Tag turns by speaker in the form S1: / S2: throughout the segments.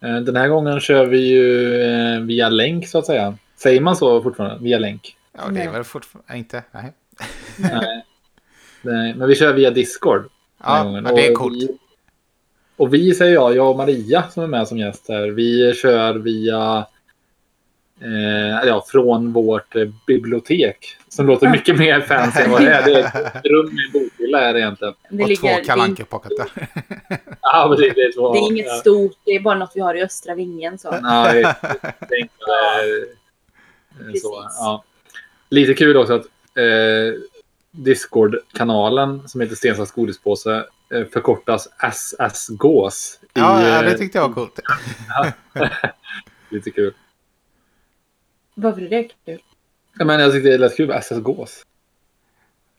S1: Eh, Den här gången kör vi ju eh, via länk så att säga. Säger man så fortfarande? Via länk?
S2: Ja, det
S3: Nej.
S2: är väl fortfarande... Inte? Nej.
S1: Nej. Nej, Eh, men vi kör via Discord. den här
S2: Ja,
S1: gången.
S2: men det är
S1: Och
S2: coolt.
S1: Vi, och vi säger jag, jag och Maria som är med som gäst här, vi kör via eh, ja, från vårt eh, bibliotek. Som låter mycket mer fancy än vad det är. Det är ett rum i en bokhylla är det egentligen.
S3: Det,
S2: Och två
S3: ligger, det, är-
S2: kalanka pocketar
S1: Ja, men det, det, är två,
S3: det är inget
S1: ja.
S3: stort, det är bara något vi har i östra vingen. Så.
S1: Nej, jag tänkte, eh,
S3: Precis.
S1: så, ja. Lite kul också att eh, Discord-kanalen som heter Stensas godispåse eh, förkortas SSGås. i,
S2: Ja, ja, det
S1: eh,
S2: tyckte jag var coolt.
S1: Lite kul.
S3: Varför är det kul?
S1: Ja, men jag tyckte det lät kul. SSGås.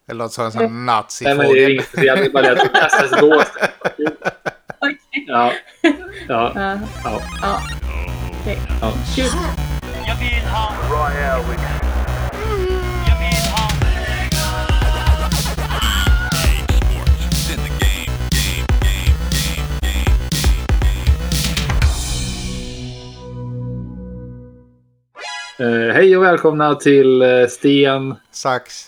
S2: Det låter som en sån
S1: Nej, men det är
S2: nazifågel.
S1: inget speciellt. Det är bara det att SSGås.
S3: Okej.
S1: Ja. Ja.
S3: Ja.
S1: Ja.
S3: Ja. Okej.
S1: Ja.
S3: Kul.
S4: Jag vill ha... Jag vill ha...
S1: Eh, hej och välkomna till eh, Sten.
S2: Sax.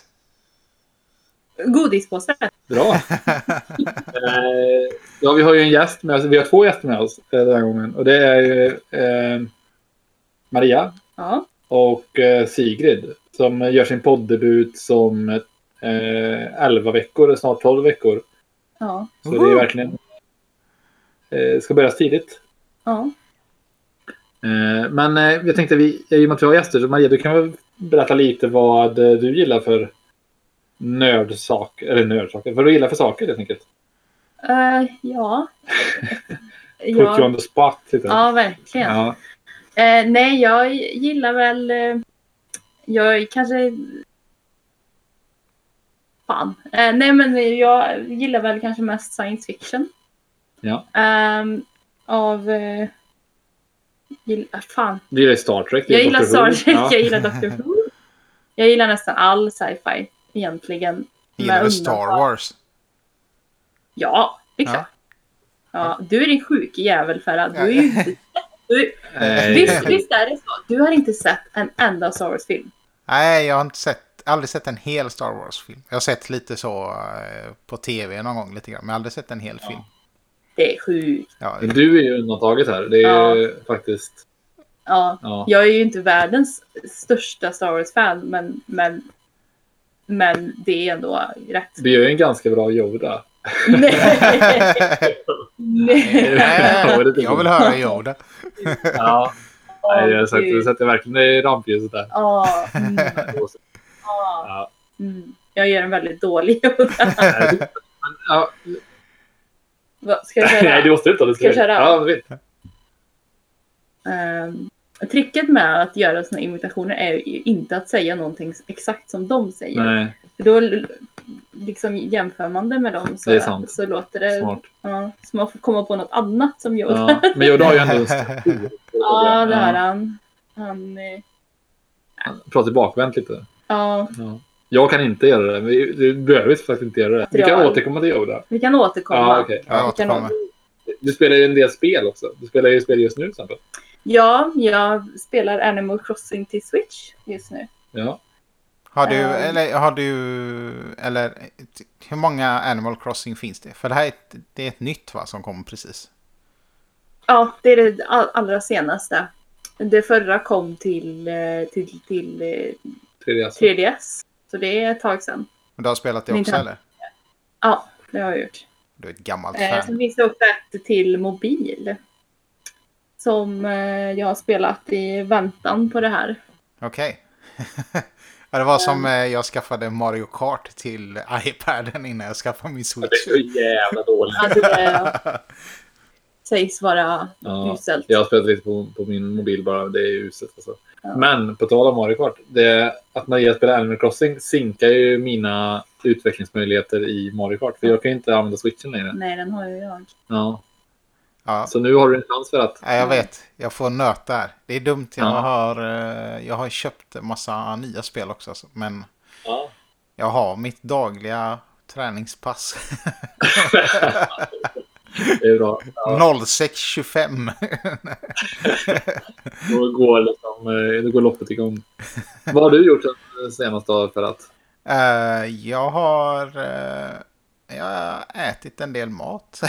S3: Godispåse.
S1: Bra. Eh, ja, vi har ju en gäst med oss. Vi har två gäster med oss eh, den här gången. Och det är ju eh, Maria
S3: Ja.
S1: och eh, Sigrid som gör sin poddebut som eh, 11 veckor, eller snart 12 veckor.
S3: Ja.
S1: Så det är verkligen... Eh, ska börja tidigt.
S3: Ja.
S1: Eh, men eh, jag tänkte, vi, i och med att vi har gäster, så Maria, du kan väl berätta lite vad eh, du gillar för nördsaker, eller nördsaker, vad du gillar för saker helt enkelt.
S3: Eh, ja.
S1: Put you on the spot lite.
S3: ja, verkligen.
S1: Ja.
S3: Eh, nej, jag gillar väl... Eh, jag kanske... Fan. Eh, nej, men jag gillar väl kanske mest science fiction.
S1: Ja.
S3: Ehm, av... Eh, gillar, fan.
S1: Du gillar ju Star Trek. det är
S3: Jag gillar
S1: Doctor
S3: Star
S1: Who.
S3: Trek,
S1: Ja.
S3: jag gillar Doctor Who. Jag gillar nästan all sci-fi egentligen.
S2: Gillar
S3: Med
S2: du Star
S3: undantag-
S2: Wars?
S3: Ja, det är
S2: Ja.
S3: klart. Ja. du är din sjuke jävel Ferra. Du är ju inte... Du,
S1: Eh,
S3: visst, visst är det så. Du har inte sett en enda Star Wars-film.
S2: Nej, jag har inte sett, aldrig sett en hel Star Wars-film. Jag har sett lite så eh, på tv någon gång lite grann, men jag har aldrig sett en hel film.
S3: Det är sjukt.
S2: Ja,
S1: Men Eh, Du är ju undantaget här. Det är ju faktiskt...
S3: Ja.
S1: Ja.
S3: Jag är ju inte världens största Star Wars-fan, men, men, men det är ändå rätt.
S1: Du gör ju en ganska bra Yoda.
S3: Nej. Nej.
S2: Nej,
S1: det är
S2: jag vill höra Yoda.
S1: Ja. Nej, jag har sagt, du sätter verkligen i rampljuset där.
S3: Ja, mm, ja,
S1: Ja.
S3: mm. Jag gör en väldigt dålig Yoda.
S1: Ja.
S3: Vad Ska jag
S1: Nej, du
S3: köra?
S1: måste inte ha det
S3: Ska jag köra?
S1: Ja, men visst.
S3: Ehm, tricket med att göra såna imitationer är ju inte att säga någonting exakt som de säger.
S1: Nej,
S3: För då l- liksom jämför man det med dem så,
S1: Det är sant.
S3: så låter det...
S1: smart.
S3: Ja, så man får komma på något annat som Yoda.
S1: Ja. Men Yoda har ju ändå en stor...
S3: Ja, det har han. Han... eh,
S1: Prata bakvänt lite.
S3: Ja,
S1: Ja. Jag kan inte göra det. Vi- Du behöver faktiskt inte göra det. Vi kan
S3: Material.
S1: återkomma till Yoda.
S3: vi kan återkomma.
S1: Ja, okej.
S2: Jag
S3: Vi kan
S2: återkommer.
S1: Du spelar ju en del spel också. Du spelar ju spel just nu till exempel.
S3: ja, jag spelar Animal Crossing till Switch just nu.
S1: Ja.
S2: Har du,
S3: Eh.
S2: eller har du, eller t- hur många Animal Crossing finns det? För det här är ett, det är ett nytt va, som kom precis.
S3: Ja, det är det all- allra senaste. Det förra kom till, eh, till, till eh,
S1: 3DS.
S3: 3DS. Så det är ett tag sedan.
S2: Men du har spelat det också
S3: Nintendo.
S2: eller?
S3: Ja, det har jag gjort.
S2: Du är ett gammalt
S3: Eh, sen
S2: fan.
S3: finns det också ett till mobil. Som eh, jag har spelat i väntan på det här.
S2: Okej. ja, det var som eh, jag skaffade Mario Kart till iPaden innan jag skaffade
S1: Det
S2: min
S1: är
S2: Switch.
S1: så jävla dåligt.
S3: Alltså, det sägs vara
S1: Ja,
S3: uselt.
S1: jag har spelat lite på, på min mobil bara. Det är ju uselt alltså.
S3: Ja.
S1: Men på tal om Mario Kart. Det, att Maria spelar Animal Crossing sinkar ju mina utvecklingsmöjligheter i Mario Kart. För jag kan ju inte använda switchen längre.
S3: Nej, den har ju jag.
S1: Ja.
S2: Ja.
S1: Så nu har du en chans för att...
S2: Ja, jag vet. Jag får nöt där. Det är dumt. Jag,
S1: Ja.
S2: har, eh, jag har köpt massa nya spel också. alltså. Men
S1: Ja.
S2: jag har mitt dagliga träningspass.
S1: Det är bra. Ja,
S2: 06.25.
S1: då, går liksom, eh, då går loppet igång. Vad har du gjort den senaste dagen för att?
S2: Eh, jag har... eh, jag har ätit en del mat.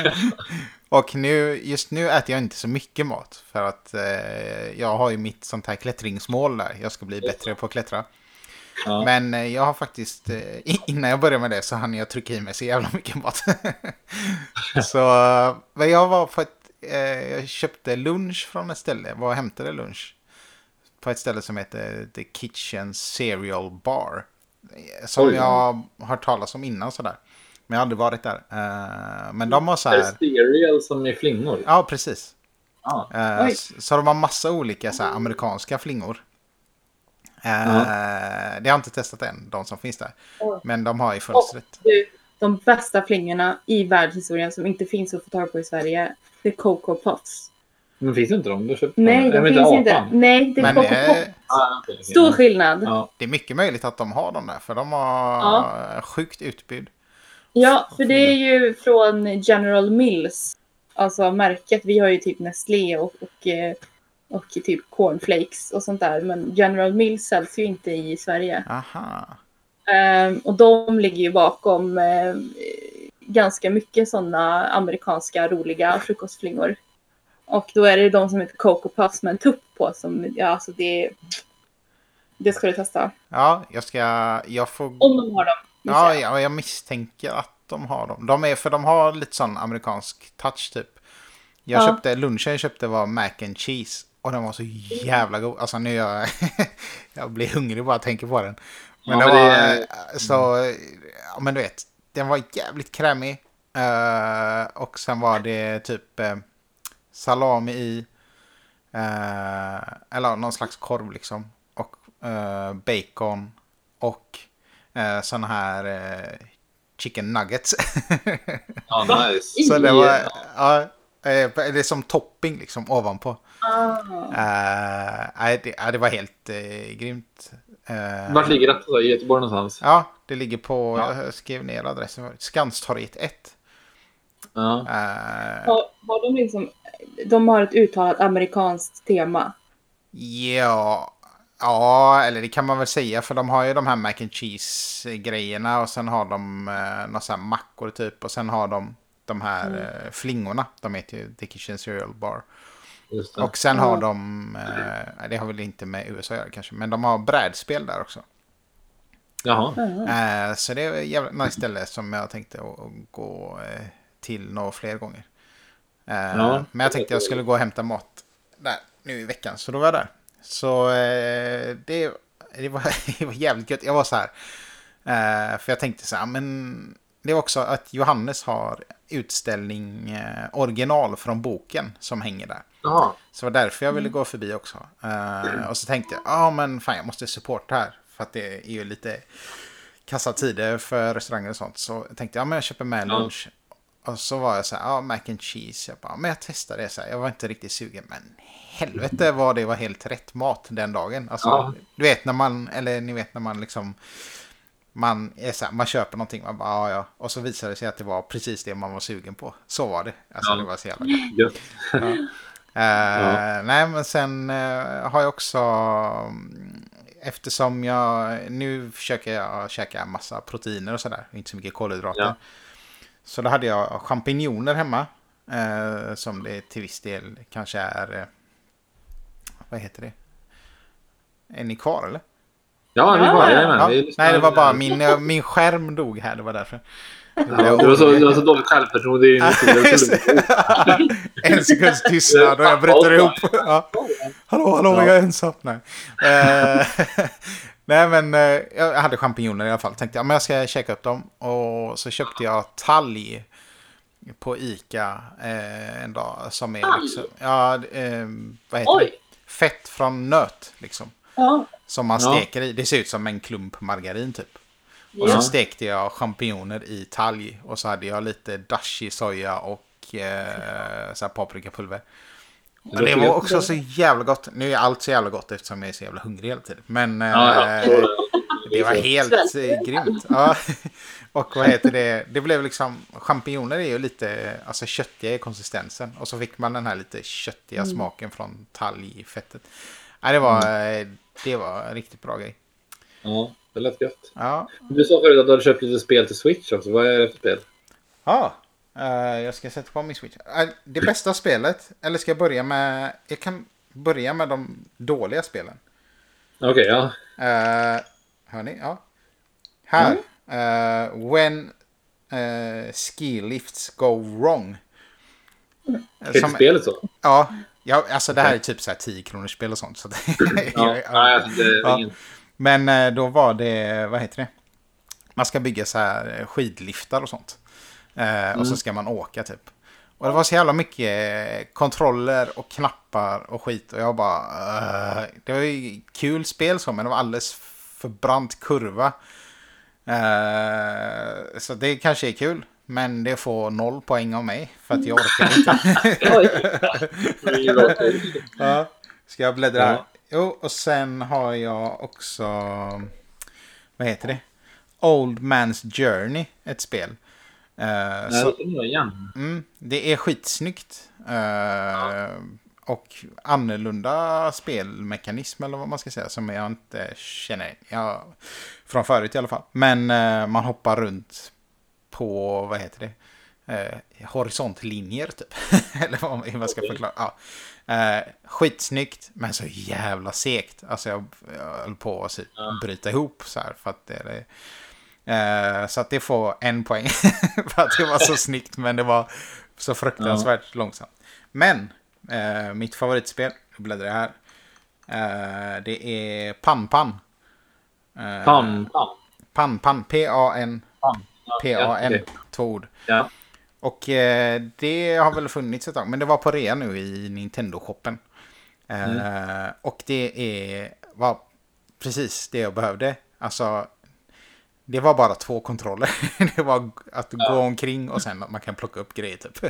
S2: och nu, just nu äter jag inte så mycket mat. För att eh, jag har ju mitt sånt här klättringsmål där. Jag ska bli bättre på att klättra.
S1: Ja.
S2: Men eh, jag har faktiskt, eh, i- innan jag började med det så hann jag trycka i mig så jävla mycket mat. så, eh, men jag var på ett, eh, jag köpte lunch från ett ställe, var och hämtade lunch. På ett ställe som heter The Kitchen Cereal Bar. Eh, Som
S1: Oj.
S2: jag har hört talas om innan sådär. Men jag har aldrig varit där. Eh, men de har så
S1: Är det
S2: här...
S1: cereal som är flingor?
S2: Ja, precis.
S1: Ja.
S2: Eh,
S3: Oj.
S2: s- Så de har massa olika så här, amerikanska flingor. Eh,
S1: Ja.
S2: Det har jag inte testat än, de som finns där.
S3: Oj.
S2: Men de har i fönstret.
S3: Du, de bästa flingorna i världshistorien som inte finns att få tag på i Sverige, det är Coco Puffs.
S1: Men finns inte de? Du köpte
S3: Nej,
S1: de
S3: det finns inte.
S1: apan?
S3: Nej, det är
S2: Men eh,
S3: Coco
S2: det
S3: Puffs.
S2: är,
S1: Ah, okej, okej.
S3: Stor skillnad. Ja,
S1: Ja.
S2: det är mycket möjligt att de har dem där, för de har
S3: Ja.
S2: sjukt utbud.
S3: för det är ju från General Mills. Alltså märket. Vi har ju typ Nestlé och, och, eh, och typ cornflakes och sånt där. Men General Mills säljs ju inte i Sverige.
S2: Aha.
S3: Ehm, och de ligger ju bakom eh, ganska mycket sådana amerikanska roliga frukostflingor. Och då är det de som heter Coco Puffs med en tupp på som, ja alltså det, det ska du testa.
S2: Ja, jag ska... Jag får...
S3: Om de har dem. gissar
S2: Ja,
S3: jag.
S2: ja, jag misstänker att de har dem. De är, för de har lite sån amerikansk touch typ. Jag
S3: Ja.
S2: köpte, lunchen jag köpte var mac and cheese. Och den var så jävla god. Alltså nu är jag, jag blir hungrig bara jag tänker på den. Men
S1: Ja,
S2: den
S1: men
S2: var
S1: det
S2: eh, så, ja men du vet. Den var jävligt krämig. Eh, och sen var det typ eh, salami i. Eh, eller någon slags korv liksom. Och eh, bacon. Och eh, sådana här eh, chicken nuggets.
S1: Ja, nice.
S2: så det
S1: I-
S2: var, ja, eh, det är som topping liksom ovanpå.
S3: Ah.
S2: Eh, nej, det, ja, det var helt eh, grymt. Eh,
S1: Vart ligger detta då? I Göteborg någonstans?
S2: Ja, det ligger på,
S1: Ja.
S2: jag skrev ner adressen förut, Skanstorget 1.
S1: Ja.
S2: Eh,
S3: Har, har de liksom, de har ett uttalat amerikanskt tema.
S2: Ja, ja, eller det kan man väl säga för de har ju de här mac and cheese-grejerna och sen har de eh, några så här mackor typ och sen har de de här eh, flingorna. De heter ju The Kitchen Cereal Bar.
S1: Just det.
S2: Och sen har
S3: Ja.
S2: de, eh, nej, det har väl inte med USA att göra kanske, men de har brädspel där också.
S1: Jaha.
S3: Ah.
S2: Eh, så det är ett jävligt nice ställe som jag tänkte att att gå eh, till några fler gånger. Eh,
S1: Ja.
S2: Men jag tänkte jag skulle gå och hämta mat där nu i veckan, så då var jag där. Så eh, det, det, var, det var jävligt gött. Jag var så här, eh, för jag tänkte så här, men det var också att Johannes har utställning eh, original från boken som hänger där.
S1: Jaha.
S2: Så det var därför jag
S1: Mm.
S2: ville gå förbi också. Eh, och så tänkte jag, ja ah, men fan jag måste supporta här. För att det är ju lite kassa tider för restauranger och sånt. Så jag tänkte jag, ja men jag köper med en
S1: Ja.
S2: lunch. Och så var jag så här, ja ah, mac and cheese. Jag bara, men jag testar det så här. Jag var inte riktigt sugen. Men helvete vad det var helt rätt mat den dagen. Alltså,
S1: Ja.
S2: du vet när man, eller ni vet när man liksom man, är så här, man köper någonting, man bara, ja, ja. och så visade det sig att det var precis det man var sugen på. Så var det. Alltså
S1: Ja.
S2: det var så jävla
S1: Gött.
S2: Eh, Nej, men sen eh, har jag också... mm, Eftersom jag... Nu försöker jag käka massa proteiner och sådär. Inte så mycket kolhydrater.
S1: Ja.
S2: Så då hade jag champinjoner hemma. Eh, som det till viss del kanske är... Eh, vad heter det? Är ni kvar eller?
S1: Ja, vi var,
S3: Ja.
S1: jajamän,
S2: Ja.
S1: vi lyssnar.
S2: Nej, det var bara min, eh, min skärm dog här. Det var därför.
S1: Ja, det var så, det var så dåligt självförtroende i mitt huvud.
S2: en sekunds tystnad och jag bryter ihop. Ja. Hallå, hallå,
S1: Ja.
S2: jag är ensam. Nej, Eh, nej men eh, jag hade champinjoner i alla fall. Tänkte jag, men jag ska käka upp dem. Och så köpte jag talg på Ica eh, en dag. Som är
S3: Talg?
S2: liksom, ja, eh, vad heter
S3: Oj.
S2: det? Fett från nöt liksom.
S3: Ja.
S2: Som man
S1: Ja.
S2: steker i. Det ser ut som en klump margarin typ. Och
S1: Ja.
S2: så stekte jag champinjoner i talg. Och så hade jag lite dashi soja och eh, så här paprikapulver. Och det var också så jävla gott. Nu är allt så jävla gott eftersom jag är så jävla hungrig hela tiden. Men eh,
S1: Ja, ja.
S2: Det var helt eh, grymt. Ja. Och vad heter det? Det blev liksom, champinjoner är ju lite alltså, köttiga i konsistensen. Och så fick man den här lite köttiga smaken från talgfettet. Ja, det, var, eh, det var en riktigt bra grej.
S1: Ja, det lät gött.
S2: Ja,
S1: Du sa förut att du hade köpt lite spel till Switch också. Vad är det för spel?
S2: ja. Eh, jag ska sätta på min switch. Eh, det bästa spelet, eller ska jag börja med... Jag kan börja med de dåliga spelen.
S1: Okej, ja.
S2: Uh, hör ni? Ja. Här. Eh, when eh, ski lifts go wrong.
S1: Heter spelet så?
S2: Ja, ja, alltså det här är typ så här 10 kronors spel och sånt. Så det,
S1: Ja, nej, alltså, det är
S2: Ja.
S1: ingen...
S2: Men eh, då var det, vad heter det? Man ska bygga så här eh, skidliftar och sånt. Eh, Och så ska man åka typ. Och det var så jävla mycket eh, kontroller och knappar och skit. Och jag bara... eh, det var ju kul spel så, men det var alldeles för brant kurva. Eh, så det kanske är kul. Men det får noll poäng av mig. För att jag orkar inte.
S3: Oj,
S1: det är ingen bra spel.
S2: Ja. Ska jag bläddra?
S1: Ja.
S2: Jo, och sen har jag också... Vad heter det? Old Man's Journey, ett spel. Eh,
S1: Nej,
S2: så,
S1: det är nog igen.
S2: mm, det är skitsnyggt. Eh, Och annorlunda spelmekanism, eller vad man ska säga, som jag inte känner jag, från förut i alla fall. Men eh, man hoppar runt på, vad heter det? Eh, horisontlinjer typ. Eller vad- hur man ska förklara. Ja. Eh, skitsnyggt, men så jävla segt. Alltså jag, jag höll på att se- bryta ihop så här. För att det, är- eh, så att det får en poäng. för att det var så snyggt, men det var så fruktansvärt långsamt. Men, eh, mitt favoritspel, jag bläddrar här. Eh, det är Pan-Pan. Eh,
S1: Pam, pam.
S2: Pan-Pan, P-A-N.
S1: pam. Ja,
S2: P-A-N,
S1: okej.
S2: två ord.
S1: Ja.
S2: Och eh, det har väl funnits ett tag, men det var på rea nu i Nintendo-shoppen. Eh, Och det är, var precis det jag behövde. Alltså, det var bara två kontroller. det var att gå omkring och sen att man kan plocka upp grejer typ.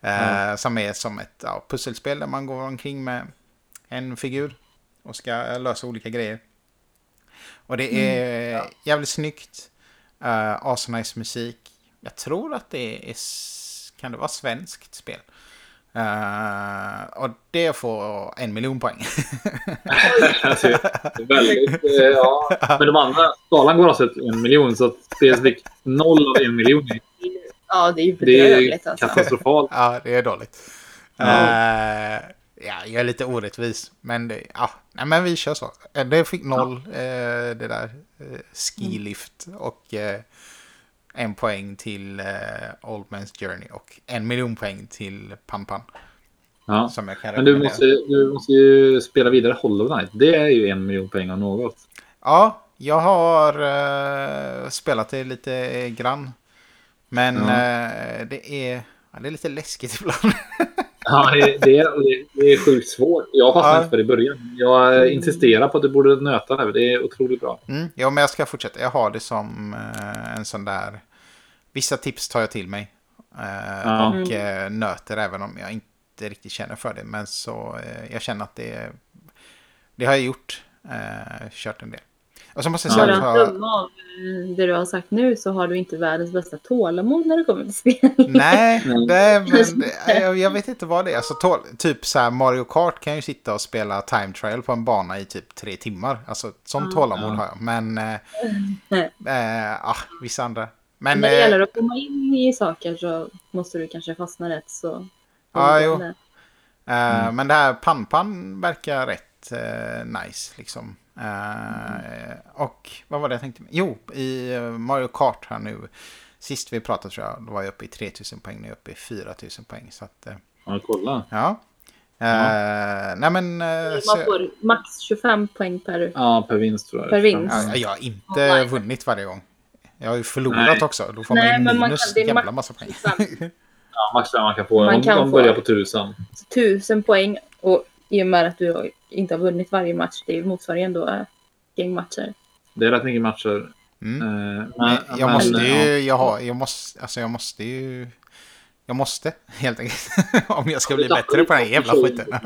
S2: Eh, Som är som ett ja, pusselspel där man går omkring med en figur och ska lösa olika grejer. Och det är jävligt snyggt. Uh, Asnice musik. Jag tror att det är... s- Kan det vara svenskt spel? Eh, och det får en miljon poäng.
S1: Alltså, väldigt, eh, ja. Men de andra, skalan går alltså till en miljon så att spelet fick noll av en miljon.
S3: ja det är ju
S1: Det är
S3: bedrövligt alltså.
S1: katastrofalt.
S2: ja, det är dåligt.
S1: Ja.
S2: Eh, ja, jag är lite orättvis. Men, det, ja, nej, men vi kör så. Eh, Det fick noll, eh, det där uh, skilift. Och eh, en poäng till eh, Old Man's Journey. Och en miljon poäng till Pampan.
S1: Ja.
S2: Som jag kan
S1: Men du
S2: rekommendera.
S1: måste, du måste ju spela vidare Hollow Knight. Det är ju en miljon poäng av något.
S2: Ja, jag har eh, spelat det lite grann. Men
S1: Ja.
S2: eh, det, är, ja, det är lite läskigt ibland.
S1: Ja, det, det, är- det, det är sjukt svårt. Jag fastnade
S2: Ja.
S1: inte för det i början. Jag eh, insisterar på att du borde nöta det. här. Det är otroligt bra.
S2: Mm, ja, men jag ska fortsätta. Jag har det som eh, en sån där... Vissa tips tar jag till mig. eh,
S1: Ja.
S2: Och eh, nöter även om jag inte riktigt känner för det. Men så eh, jag känner att det, det har jag gjort. Eh, kört en del. Och så måste jag
S1: Ja.
S2: säga...
S3: Bara
S2: att
S3: en
S2: jag-
S3: döma av eh, det du har sagt nu så har du inte världens bästa tålamod när det kommer till spel.
S2: Nej,
S1: Mm.
S2: nej men det- jag, jag vet inte vad det är. Alltså, tål, typ så här Mario Kart kan ju sitta och spela time trial på en bana i typ tre timmar. Alltså sånt tålamod har jag. Men eh,
S3: Nej.
S2: eh, ah, vissa andra. Men
S3: när det
S2: eh,
S3: gäller att komma in i saker så måste du kanske fastna rätt så.
S2: Ja, jo. Eh, Men det här Pan-Pan verkar rätt eh, nice liksom. Eh, Och vad var det jag tänkte? Jo, i eh, Mario Kart här nu. Sist vi pratade tror jag, då var jag uppe i 3000 poäng, nu är jag uppe i 4000 poäng. Så att, eh,
S1: Ja, kolla.
S2: ja. Eh, nej men... eh, så,
S3: Man får max 25 poäng per...
S1: Ja, per vinst tror jag.
S3: Per vinst.
S2: ja,
S1: Mm.
S2: jag har inte
S3: Online.
S2: vunnit varje gång. Jag har ju förlorat
S1: Nej.
S2: också. Då får
S3: Nej,
S2: man
S3: men
S2: ju
S3: man
S2: minus
S3: kan- det är
S2: jävla
S3: max-
S2: massa poäng.
S1: Ja, max vad man kan få.
S3: Man
S1: de,
S3: kan
S1: de
S3: få.
S1: börjar på tusen.
S3: 1000 poäng och i och med att du inte har vunnit varje match, det motsvarar ju ändå eh, gängmatcher.
S1: Det är rätt mycket matcher.
S2: Mm.
S1: Eh, Men,
S2: Men jag
S1: men,
S2: måste
S1: ja.
S2: ju, jag har, jag måste, alltså jag måste ju, jag måste helt enkelt. Om jag ska bli bättre på den här jävla skiten.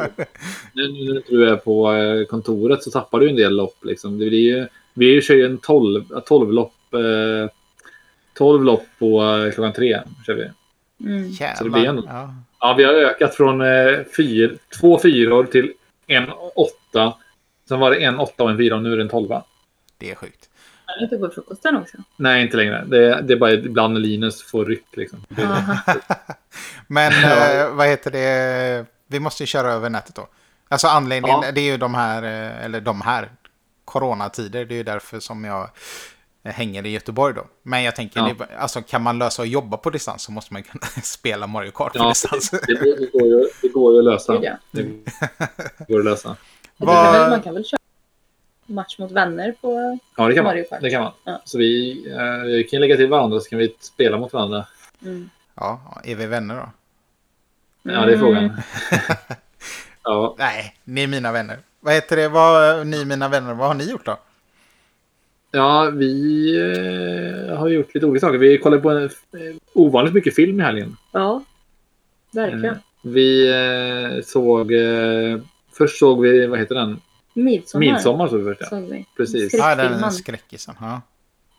S1: Nu nu när du inte är på eh, kontoret så tappar du en del lopp. Liksom. Det blir ju Vi kör ju en 12, 12 lopp. Eh, 12 lopp på eh, klockan tre. Kör vi.
S3: Mm.
S1: Så det blir
S2: Jävlar.
S1: en-
S2: Ja.
S1: Ja, vi har ökat från eh, fyr, två fyror till en åtta. Sen var det en åtta och en fyra och nu är det en tolva.
S2: Det är sjukt.
S3: Kan du inte gå i frukosten också?
S1: Nej, inte längre. Det, det är bara ibland Linus får ryck liksom.
S3: Aha.
S2: Men
S1: Ja.
S2: eh, vad heter det? Vi måste ju köra över nätet då. Alltså anledningen,
S1: Ja.
S2: det är ju de här, eh, eller de här, coronatider. Det är ju därför som jag eh, hänger i Göteborg då. Men jag tänker,
S1: Ja.
S2: det, är- alltså kan man lösa och jobba på distans så måste man ju kunna spela Mario Kart på
S1: Ja.
S2: distans.
S1: Det, det, går, ju, det går ju att lösa.
S3: Gud, ja.
S1: Det går att lösa.
S3: Jag tycker
S2: Vad-
S3: väl Man kan väl köra match mot vänner på...
S1: Ja, det kan man.
S3: Mario Kart.
S1: Det kan man.
S3: Ja.
S1: Så vi, eh, vi kan lägga till varandra så kan vi spela mot varandra.
S3: Mm.
S2: Ja, är vi vänner då?
S1: Ja, det är
S3: Mm.
S1: frågan. ja,
S2: Nej, ni är mina vänner. Vad heter det? Vad, ni är mina vänner, vad har ni gjort då?
S1: ja, vi eh, har gjort lite olika saker. Vi kollade på en, eh, ovanligt mycket film i helgen.
S3: Ja, verkligen.
S1: Eh, Vi eh, såg... Eh, först såg vi, vad heter den?
S3: Midsommar.
S1: Midsommar såg vi först, ja.
S3: Såg vi.
S1: Precis.
S2: Ja, den
S3: Skräckfilmen.
S2: skräckisen. Ja.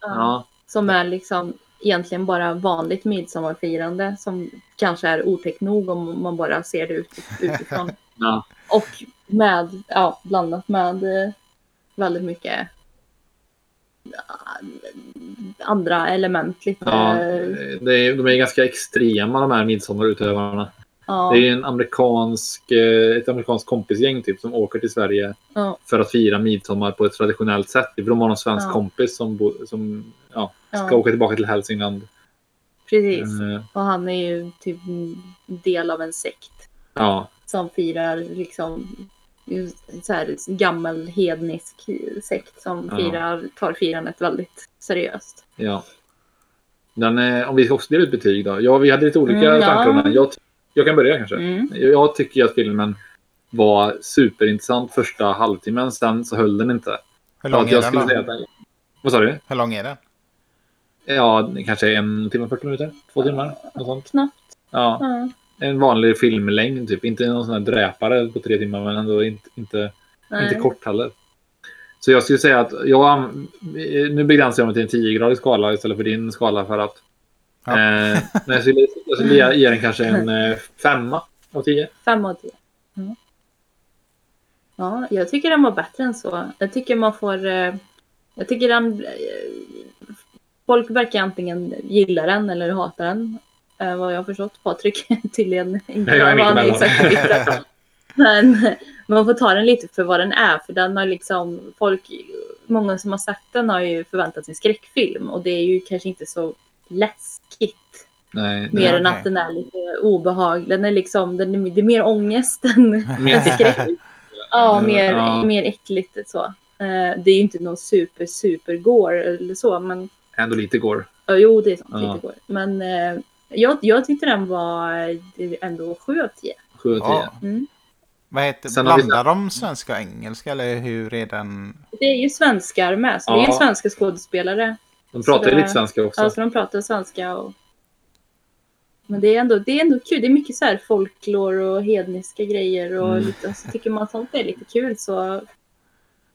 S1: Ja,
S3: Som är liksom egentligen bara vanligt midsommarfirande som kanske är otäckt nog om man bara ser det ut, utifrån.
S1: ja.
S3: Och med, ja, blandat med eh, väldigt mycket ah, andra element. Lite,
S1: ja.
S3: eh,
S1: Det är, de är ganska extrema de här midsommarutövarna.
S3: ja,
S1: Det är en amerikansk, eh, ett amerikanskt kompisgäng typ, som åker till Sverige
S3: Ja.
S1: för att fira midsommar på ett traditionellt sätt. De har någon svensk
S3: Ja.
S1: kompis som, bo, som ja, ska
S3: ja,
S1: åka tillbaka till Hälsingland.
S3: precis.
S1: Eh,
S3: Och han är ju typ en del av en sekt
S1: Ja,
S3: som firar liksom ju så här gammal hednisk sekt som
S1: Ja.
S3: firar, tar firandet väldigt seriöst.
S1: ja. Den, eh, om vi också delar ut betyg då. Ja, vi hade lite olika
S3: Mm, ja.
S1: tankar om den. Jag, ty- jag kan börja kanske.
S3: Mm.
S1: Jag tycker ju att filmen var superintressant första halvtimmen. Sen så höll den inte.
S2: Hur lång
S1: Att
S2: är
S1: jag
S2: den
S1: skulle säga
S2: då?
S1: att den- Vad sa du?
S2: Hur lång är den?
S1: Ja, kanske en timme och 40 minuter? Två timmar? Något sånt.
S3: Knappt.
S1: Ja.
S3: Ja.
S1: en vanlig filmlängd. Typ. Inte någon sån här dräpare på tre timmar, men ändå inte, inte, inte
S3: Nej.
S1: kort heller. Så jag skulle säga att jag, an- nu begränsar jag mig till en 10-gradig skala istället för din skala för att
S2: Ja.
S1: eh, men jag skulle, jag skulle ge, ge den kanske en eh, femma av tio.
S3: Fem av tio. Mm. Ja, jag tycker den var bättre än så. Jag tycker man får... eh, Jag tycker den... eh, Folk verkar antingen gilla den eller hata den. eh, Vad jag har förstått. Patrik tydligen inte.
S1: Nej, jag är
S3: vad han
S1: mittemellan.
S3: exakt tyckte. Men eh, man får ta den lite för vad den är. För den har liksom... Folk, många som har sett den har ju förväntat sig en skräckfilm. Och det är ju kanske inte så läskigt.
S1: Nej,
S3: Mer
S2: Ja,
S3: än
S2: okej.
S3: att den är lite obehaglig. Den är liksom, den är, det är mer ångest än
S1: mer-
S3: skräck. Ja, mer,
S1: Mm, Ja.
S3: mer äckligt så. Eh, det är ju inte någon super, super gore eller så, men
S1: ändå lite går.
S3: ja, jo, det är sånt
S1: Ja.
S3: lite gore. Men eh, jag, jag tyckte den var eh, ändå 7 av 10.
S1: Sju av tio.
S2: Ja.
S3: Mm.
S2: Vad heter,
S1: Sen har vi-
S2: blandar de svenska och engelska eller hur är den?
S3: Det är ju svenskar med, så det är
S1: Ja.
S3: ju svenska skådespelare.
S1: De pratar ju
S3: Sådär.
S1: lite svenska också.
S3: Ja, så de pratar svenska och... Men det är, ändå, det är ändå kul. Det är mycket så här folklore och hedniska grejer och
S1: Mm.
S3: lite, och så tycker man sånt är lite kul så...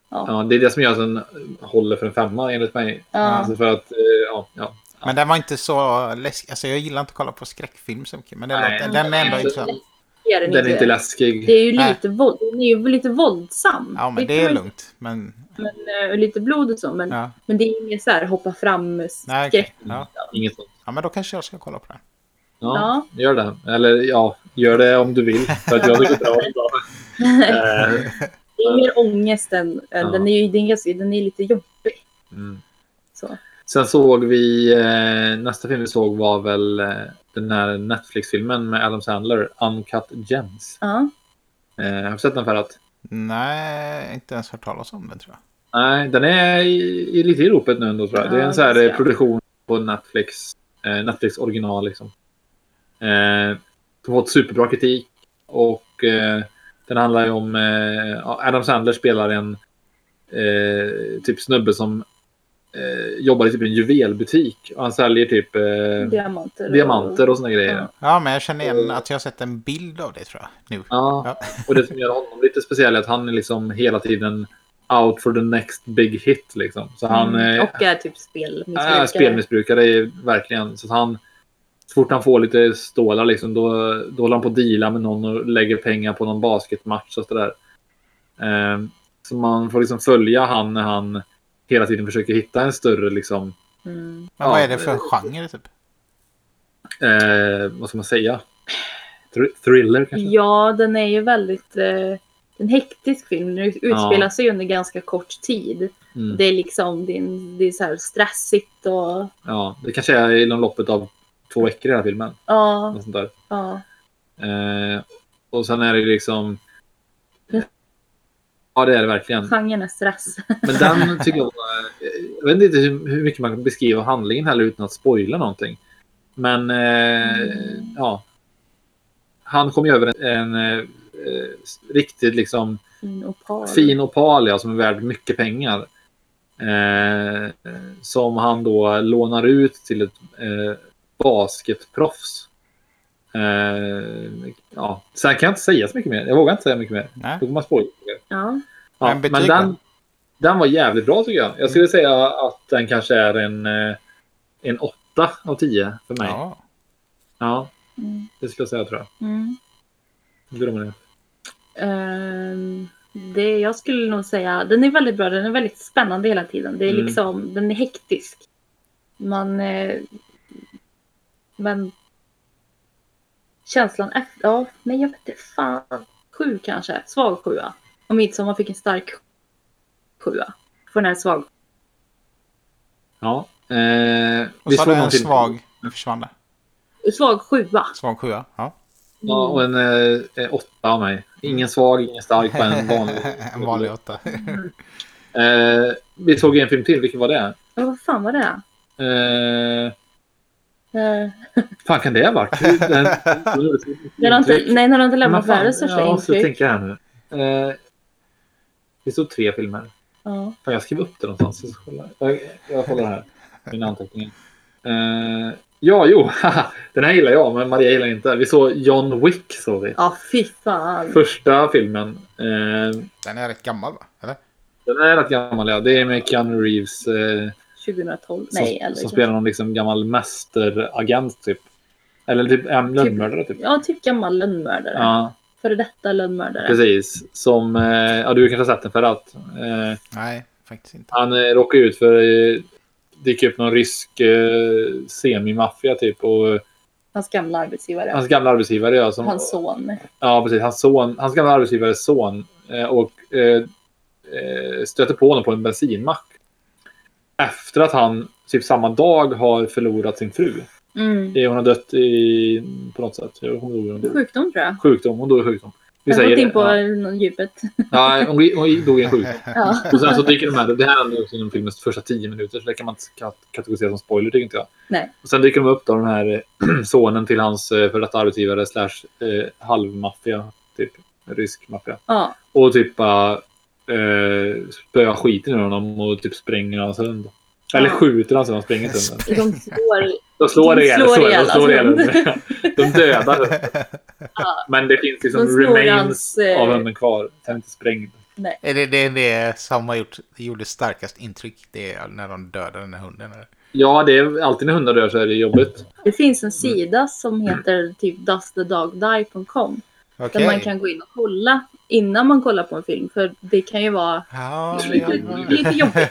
S3: Ja.
S1: Ja, det är det som gör att den håller för en femma enligt mig.
S3: ja.
S1: Alltså för att, eh, ja, ja.
S2: Men den var inte så läskig. Alltså jag gillar inte att kolla på skräckfilm så mycket. Men den,
S1: Nej.
S2: låter, den är ändå liksom-
S1: Nej.
S2: intressant.
S3: Det är den,
S1: Den är inte
S3: inte. Det
S1: läskig.
S3: är ju lite, våld, den är ju lite våldsam.
S2: Ja men
S3: Lite
S2: det är
S3: våld-
S2: lugnt. Men
S3: men, eh, lite blod och så, men,
S2: ja.
S3: men det är inget så här hoppa fram
S2: Nej,
S3: skräck.
S2: okej. ja.
S1: Inget sånt.
S2: ja men då kanske jag ska kolla på den.
S1: Ja, gör det. Eller ja, gör det om du vill. För att jag tycker bra om det. Eh,
S3: Det är mer ångest än...
S1: Ja.
S3: Den är ju den är, ganska- den är lite jobbig.
S1: mm.
S3: Så.
S1: Sen såg vi, eh, nästa film vi såg var väl eh, den här Netflix-filmen med Adam Sandler, Uncut Gems.
S3: Ja.
S1: Eh, har du sett den förut?
S2: Nej, inte ens hört talas om den tror jag.
S1: Nej, den är i, i lite i ropet nu ändå tror jag. Det är
S3: Ja,
S1: en så här
S3: just
S1: eh,
S3: det.
S1: produktion på Netflix, eh, Netflix original liksom. Eh, som fått superbra kritik och eh, den handlar ju om eh, ja, Adam Sandler spelar en eh, typ snubbe som eh, jobbar i typ en juvelbutik och han säljer typ eh,
S3: Diamanter. och-
S1: diamanter och såna grejer.
S3: Ja.
S2: Ja men jag känner igen att jag har sett en bild av det tror jag. Nu.
S1: Ja.
S2: Ja.
S1: Och det som gör honom lite speciell är att han är liksom hela tiden out for the next big hit liksom. Så han
S3: Mm,
S1: eh,
S3: och är typ
S1: är
S3: spelmissbrukare.
S1: Ah, spelmissbrukare är verkligen. Så att han, så fort han får lite stålar liksom, då, då håller han på att deala med någon och lägger pengar på någon basketmatch och sådär. Ehm, så man får liksom följa han när han hela tiden försöker hitta en större liksom,
S3: Mm.
S2: Men vad
S1: Ja.
S2: är det för genre typ?
S1: eh, vad ska man säga? Thr- Thriller kanske?
S3: Ja, den är ju väldigt... Eh, en hektisk film. Den utspelar
S1: Ja.
S3: sig under ganska kort tid.
S1: Mm.
S3: Det är liksom din, det är så här stressigt och...
S1: Ja, det kanske är inom loppet av två veckor i den här filmen.
S3: Ja,
S1: Något sånt där.
S3: ja.
S1: Eh, och sen är det liksom... Ja, det är det verkligen.
S3: Genren är stress.
S1: Men den tycker jag... eh, Jag vet inte hur, hur mycket man kan beskriva handlingen heller utan att spoila någonting. Men eh, ja. Han kom ju över en, en eh, eh, riktigt liksom
S3: Fin opal.
S1: fin opal ja, som är värd mycket pengar. Eh, som han då lånar ut till ett eh, basketproffs. Eh, ja. Sen kan jag inte säga så mycket mer. Jag vågar inte säga mycket mer.
S2: Nej.
S1: Då får man spoila.
S3: Ja.
S1: Ja, men
S2: Men betyg Mm.
S1: den,
S2: då?
S1: den var jävligt bra tycker jag. Jag skulle säga att den kanske är en, eh, en 8 av 10 för mig. Ja.
S2: Ja.
S3: Mm.
S1: det skulle jag säga tror jag.
S3: Mm.
S1: Hur tror du om det?
S3: Ehm, det, jag skulle nog säga, den är väldigt bra, den är väldigt spännande hela tiden. Det är
S1: Mm.
S3: liksom, den är hektisk. Man, eh, men känslan efter, ja, nej jag vet inte, fan. Sju kanske, svag sjua. Och Midsommar fick en stark sjua. För den här svag.
S1: Ja. Eh,
S2: Och
S1: såg
S2: så har du en
S1: någonting-
S2: svag... Nu försvann det.
S3: Svag sjua. Mm.
S2: Svag sjua. Ja.
S1: Ja, och en eh, eh, åtta av mig. Ingen svag, ingen stark, bara en vanlig.
S2: Mm. en vanlig åtta.
S1: Eh, vi såg en film till, vilken var det?
S3: Ja, vad fan var det?
S1: Eh,
S3: Eh,
S1: fan kan det ha varit? Den, den, gjorde så mycket
S3: den har inte,
S1: intryck.
S3: nej, den har inte lämnat
S1: Men fan,
S3: världens största
S1: Jag måste
S3: intryck.
S1: tänka här nu. Eh, det stod tre filmer.
S3: Ja.
S1: Fan, jag skrev upp det någonstans. Jag, ska kolla. jag, jag kollar här. Mina anteckningar. Eh, ja, jo. haha. den här gillar jag, men Maria gillar inte. Vi såg John Wick. Såg vi.
S3: ja, fy fan.
S1: Första filmen. Eh,
S2: Den är rätt gammal va? Eller?
S1: Den är rätt gammal, ja. Det är med Keanu Reeves eh,
S3: 2012,
S1: som,
S3: nej. eller
S1: som
S3: kanske-
S1: spelar någon liksom gammal mästeragent, typ. Eller typ en lönnmördare, typ.
S3: Ja, typ gammal lönnmördare.
S1: Ja,
S3: Före detta lönnmördare.
S1: precis. Som, eh, ja, du kanske har sett den för att eh,
S2: Nej, faktiskt inte.
S1: han eh, råkar ut för, eh, dyker upp någon rysk eh, semimaffia, typ. Och eh,
S3: Hans gamla arbetsgivare.
S1: hans gamla arbetsgivare, ja. Alltså, Som,
S3: Hans son.
S1: Ja, precis. Hans, son, hans gamla arbetsgivares son. eh, Och eh, eh, stöter på honom på en bensinmack. Efter att han typ samma dag har förlorat sin fru.
S3: Mm.
S1: Eh, Hon har dött i, på något sätt. Jag kommer inte ihåg hur hon dog.
S3: Sjukdom tror jag.
S1: Sjukdom. Hon dog i sjukdom. Vi
S3: Jag har
S1: säger
S3: gått
S1: det.
S3: in på
S1: Ja.
S3: någon djupet.
S1: Nej, hon, hon dog i en sjukdom.
S3: Ja.
S1: Och sen så dyker de här, det här är också inom filmens första tio minuter, så det kan man inte kat- kategorisera som spoiler, tycker inte jag.
S3: Nej.
S1: Och sen dyker de upp då, den här eh, sonen till hans eh, för detta arbetsgivare slash eh, halvmaffia, typ rysk maffia.
S3: ja.
S1: Och typ bara eh, spöar skiten ur honom och typ spränger hans hund. Eller
S3: Ja.
S1: skjuter hans hund, han spränger inte hunden.
S3: De slår.
S1: De slår
S3: De
S1: ihjäl
S3: slår
S1: så är det,
S3: ihjäl
S1: de slår ihjäl
S3: hans
S1: hunden. De dödar hunden. Men det finns
S3: De
S1: liksom
S3: slår
S1: remains
S3: hans... eh,
S1: av hunden kvar. Den är inte sprängd.
S2: Är det det, det som har gjort, gjorde starkast intryck? Det är när de dödade den här hunden? Eller?
S1: Ja, det är alltid när hundar dör så är det jobbigt.
S3: Det finns en sida som heter typ dustthedogdie.com. Där
S2: Okej.
S3: man kan gå in och kolla innan man kollar på en film. För det kan ju vara
S2: Ja,
S3: lite,
S2: ja.
S3: lite jobbigt.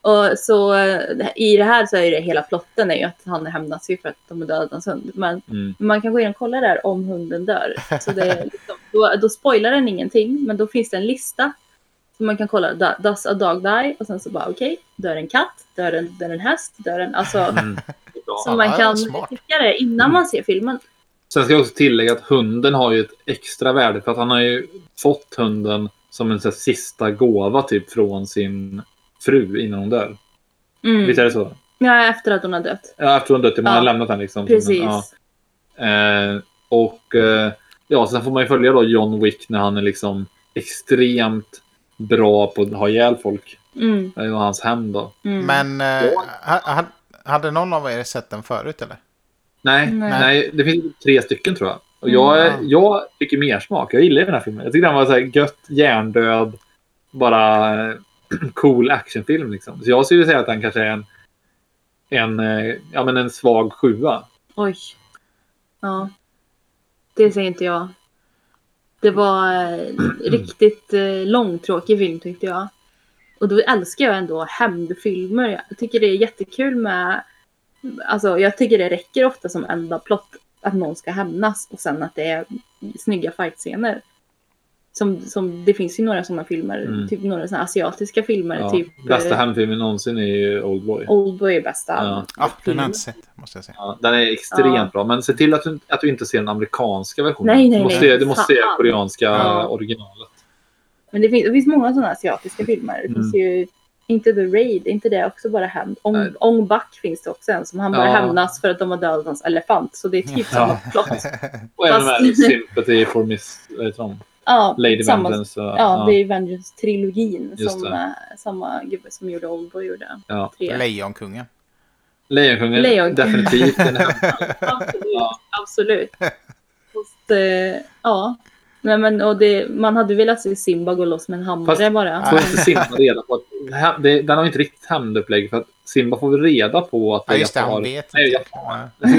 S3: Och så eh, i det här så är det hela plotten är ju att han hämnas ju för att de har dödat hans hund. Men
S1: Mm.
S3: man kan gå in och kolla där om hunden dör. Så det är liksom, då, då spoilar den ingenting, men då finns det en lista. Så man kan kolla, da- does a dog die? Och sen så bara okej, dör en katt? Dör en, dör en häst? Dör en... Alltså,
S1: Mm. Det är bra.
S3: så man
S2: ja,
S3: kan
S2: smart.
S3: klicka det innan man ser filmen.
S1: Sen ska jag också tillägga att hunden har ju ett extra värde för att han har ju fått hunden som en så här, sista gåva typ från sin fru innan hon dör. Visst är
S3: Mm.
S1: det så?
S3: Ja, efter att hon har dött.
S1: Ja, efter hon dött, man har
S3: Ja,
S1: lämnat henne liksom. som en-
S3: Precis.
S1: ja. Eh, och eh, ja, sen får man ju följa då John Wick när han är liksom extremt bra på att ha ihjäl folk.
S3: Mm,
S1: Det var hans hem då.
S3: mm.
S2: Men eh,
S1: Ja.
S2: ha- ha- hade någon av er sett den förut eller?
S1: Nej,
S3: Nej.
S1: nej. det finns tre stycken tror jag. Och jag,
S2: Mm.
S1: jag tycker mer smak. Jag gillar den här filmen. Jag tycker den var så här gött, hjärndöd, bara eh, cool actionfilm. Liksom. Så jag skulle säga att han kanske är en, en, eh, ja, men en svag sjua.
S3: Oj. Ja. Det säger inte jag. Det var eh, riktigt eh, långtråkig film tyckte jag. Och då älskar jag ändå hämndfilmer. Jag tycker det är jättekul med... Alltså jag tycker det räcker ofta som enda plott att någon ska hämnas och sen att det är snygga fightscener. Som, som, det finns ju några sådana filmer,
S1: Mm.
S3: typ några sådana asiatiska filmer.
S1: Ja.
S3: Typ,
S1: Bästa
S3: eh,
S1: hämndfilmen någonsin är ju Oldboy.
S3: Oldboy är bästa.
S1: Ja.
S2: Ja, den har jag inte sett, måste jag säga.
S1: Ja, den är extremt
S3: Ja.
S1: bra. Men se till att du, att du inte ser den amerikanska versionen.
S3: Nej, nej,
S1: du måste,
S3: nej.
S1: se- du måste se
S3: Fan.
S1: koreanska
S3: Ja.
S1: originalet.
S3: Men det finns, det finns många sådana asiatiska filmer. Det finns ju inte The Raid, inte det också bara hämnd. Ong,
S1: Mm. Nej.
S3: Ong Bak finns det också en som han bara
S1: Ja.
S3: hämnas för att de har dödat hans elefant. Så det är typ samma plott.
S1: Och även
S3: Fast-
S1: med Sympathy for Miss... vad heter de?
S3: Ja,
S1: Lady
S3: samma,
S1: Vengeance. och-
S3: Ja, det är Vengeance-trilogin
S1: Just
S3: som
S1: det.
S3: eh, samma gubbe som gjorde Oldboy gjorde.
S1: Ja.
S3: Tre.
S2: Lejonkungen.
S1: Lejonkungen.
S3: Lejon-
S1: Definitivt. en hämnd.
S3: Absolut,
S1: Ja.
S3: absolut. Och, eh, ja, Nej, men och det, man hade velat se Simba gå loss med en hammare
S1: Fast-
S3: bara.
S1: Får inte Simba reda på att... det här- det- Den har inte riktigt hämndupplägg. För att Simba får väl reda på att
S2: Ja, just det.
S1: Jafar-
S2: Han vet.
S1: Nej,
S2: inte.
S3: Nu
S1: Vad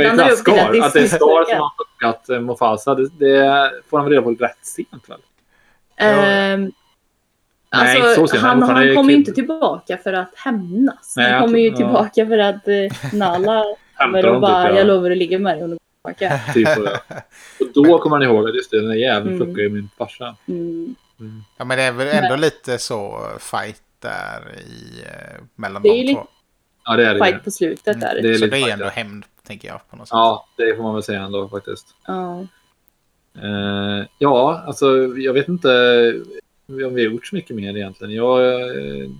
S1: är
S3: blandar du upp till
S1: Scar? Att det är Star som
S3: Disney-saga.
S1: har fuckat eh, Mufasa. Det, det får han väl reda på rätt sent väl?
S3: Ehm,
S1: Nej,
S3: alltså,
S1: så ser man.
S3: han,
S1: Han
S3: han
S1: är
S3: kommer ju
S1: kul.
S3: inte tillbaka för att hämnas.
S1: Nej,
S3: han
S1: jag
S3: kommer ju
S1: tror-
S3: tillbaka för att eh, Nala kommer
S1: Hämtar
S3: och
S1: de
S3: bara,
S1: typ, ja.
S3: jag lovar att ligga med dig om du kommer tillbaka.
S1: Typ så, ja. Och då kommer han ihåg att just det, den där jäveln
S3: Mm.
S1: fuckade ju min farsa.
S3: Mm.
S2: Ja, men det är väl ändå lite så fight där i, eh, mellan
S3: Det är ju
S2: de
S3: lite
S2: två. Mm.
S1: Ja, det är det Mm. ju.
S3: Fight på slutet där.
S1: Det är
S2: Så
S1: lite
S2: det är
S1: fight
S2: ändå
S1: där.
S2: hämnd, tänker jag på något sätt.
S1: Ja, det får man väl säga ändå faktiskt.
S3: Ja.
S1: Eh, ja, alltså jag vet inte om vi har gjort så mycket mer egentligen. Jag eh,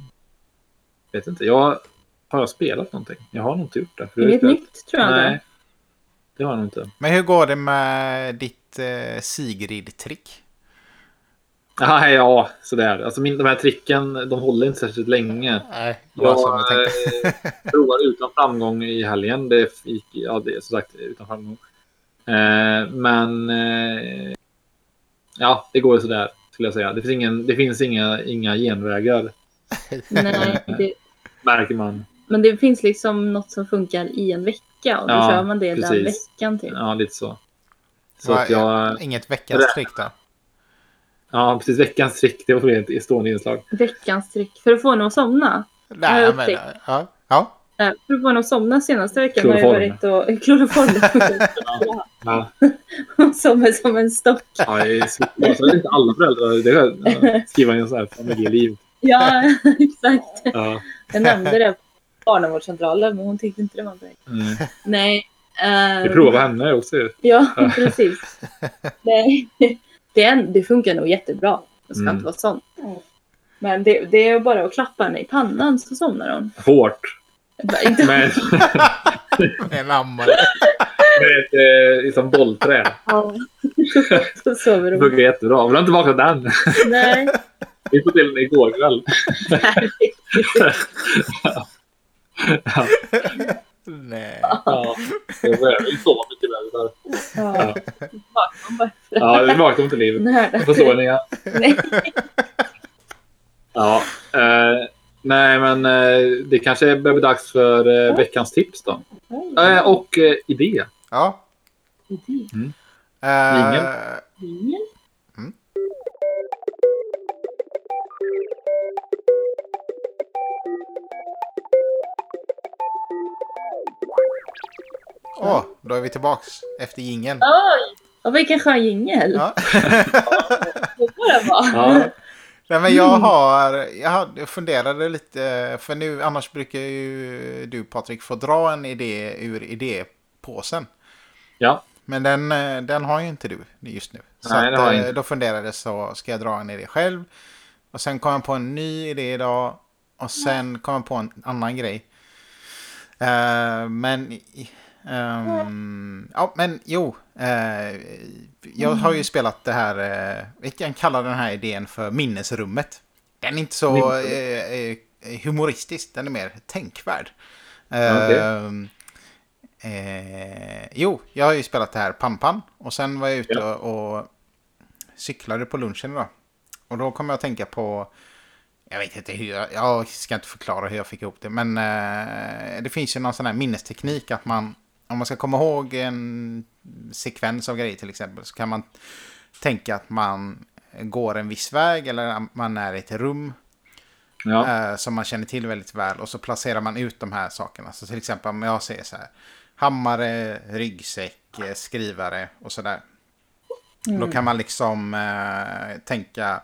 S1: vet inte. Jag, har jag spelat någonting? Jag har nog inte gjort det. För du har ju
S3: Inget
S1: spelat-
S3: nytt tror jag
S1: Nej,
S3: inte.
S1: det har jag nog inte.
S2: Men hur går det med ditt eh, Sigrid-trick?
S1: Ah, ja, sådär. Alltså min, de här tricken, de håller inte särskilt länge.
S2: Nej, det var
S1: Jag
S2: som jag tänkte.
S1: eh, provar utan framgång i helgen. Det gick, ja, det är som sagt utan framgång. Eh, men eh, ja, det går sådär skulle jag säga. Det finns, ingen, det finns inga, inga genvägar
S3: Nej, det,
S1: märker man.
S3: men det finns liksom något som funkar i en vecka och då
S1: Ja,
S3: kör man det den
S1: precis.
S3: veckan typ.
S1: Ja, lite så. Så
S2: Vad
S1: att jag,
S2: Inget veckans trick då?
S1: ja, precis veckans trick, det var ett stående inslag.
S3: Veckans trick. För att få henne att somna.
S2: Nej,
S3: jag
S2: men...
S3: upptäckt.
S2: Ja. ja.
S3: Eh, För att få henne att somna senaste veckan har jag varit
S1: Kloroform.
S3: och... Kloroform.
S1: Ja,
S3: Hon somnar som en stock.
S1: ja, det är så- alltså, det är inte alla föräldrar. Det är, ja, skriva en sån här familjeliv.
S3: Ja, exakt.
S1: Ja,
S3: Jag nämnde det på barnavårdscentralen, men hon tyckte inte det var bra.
S1: mm.
S3: Nej. ehm,
S1: Vi provar henne också. ju.
S3: Ja, precis. Nej. Det, är- det funkar nog jättebra. Det ska
S1: Mm.
S3: inte vara sånt. Men det, det är bara att klappa henne i pannan så somnar hon.
S1: Hårt.
S3: Jag bara, Inte,
S1: Men,
S2: En hammare.
S1: med ett eh, liksom bollträ.
S3: Ja. så sover
S1: Det
S3: hon.
S1: funkar jättebra. Vill du inte vakna den?
S3: Nej.
S1: Vi får till den igår kväll.
S2: Nej.
S1: Ja. Jag behöver ju sova mycket väl.
S3: Ja. Vaknar hon bara efter det.
S1: Ja, vi vaknar till livet.
S3: Nej.
S1: Försovningar.
S3: Nej.
S1: Ja. Eh, nej, men eh, det kanske börjar bli dags för eh, veckans tips då. Eh, och eh, idé.
S2: Ja.
S1: Mm.
S2: Eh,
S1: Ingen.
S2: Åh, då är vi tillbaks efter jingeln.
S3: Oj! Och vilken skön jingel.
S2: Ja.
S3: Det bara var.
S1: Ja.
S2: Nej, men jag har, jag har- jag funderade lite, för nu annars brukar ju du Patrik få dra en idé ur idépåsen.
S1: ja.
S2: Men den, eh, den har ju inte du just nu. Så
S1: Nej,
S2: att,
S1: det har jag
S2: eh,
S1: inte.
S2: då funderade jag så, ska jag dra en idé själv? Och sen kom jag på en ny idé idag. Och sen kom jag på en annan grej. Eh, men... i- ehm, ja, men jo. eh, jag har
S1: Mm.
S2: ju spelat det här... eh, vi kan kalla den här idén för minnesrummet. Den är inte så eh, eh, humoristisk, den är mer tänkvärd. Eh,
S1: Okej.
S2: eh, jo, jag har ju spelat det här Pampan och sen var jag ute
S1: Ja.
S2: och, och cyklade på lunchen idag. Och då kommer jag att tänka på... Jag vet inte hur jag... Jag ska inte förklara hur jag fick ihop det. Men eh, det finns ju någon sån här minnesteknik att man... Om man ska komma ihåg en sekvens av grejer till exempel så kan man tänka att man går en viss väg eller att man är i ett rum
S1: Ja.
S2: eh, som man känner till väldigt väl och så placerar man ut de här sakerna. Så till exempel om jag säger så här, hammare, ryggsäck, eh, skrivare och sådär. Då kan man liksom eh, tänka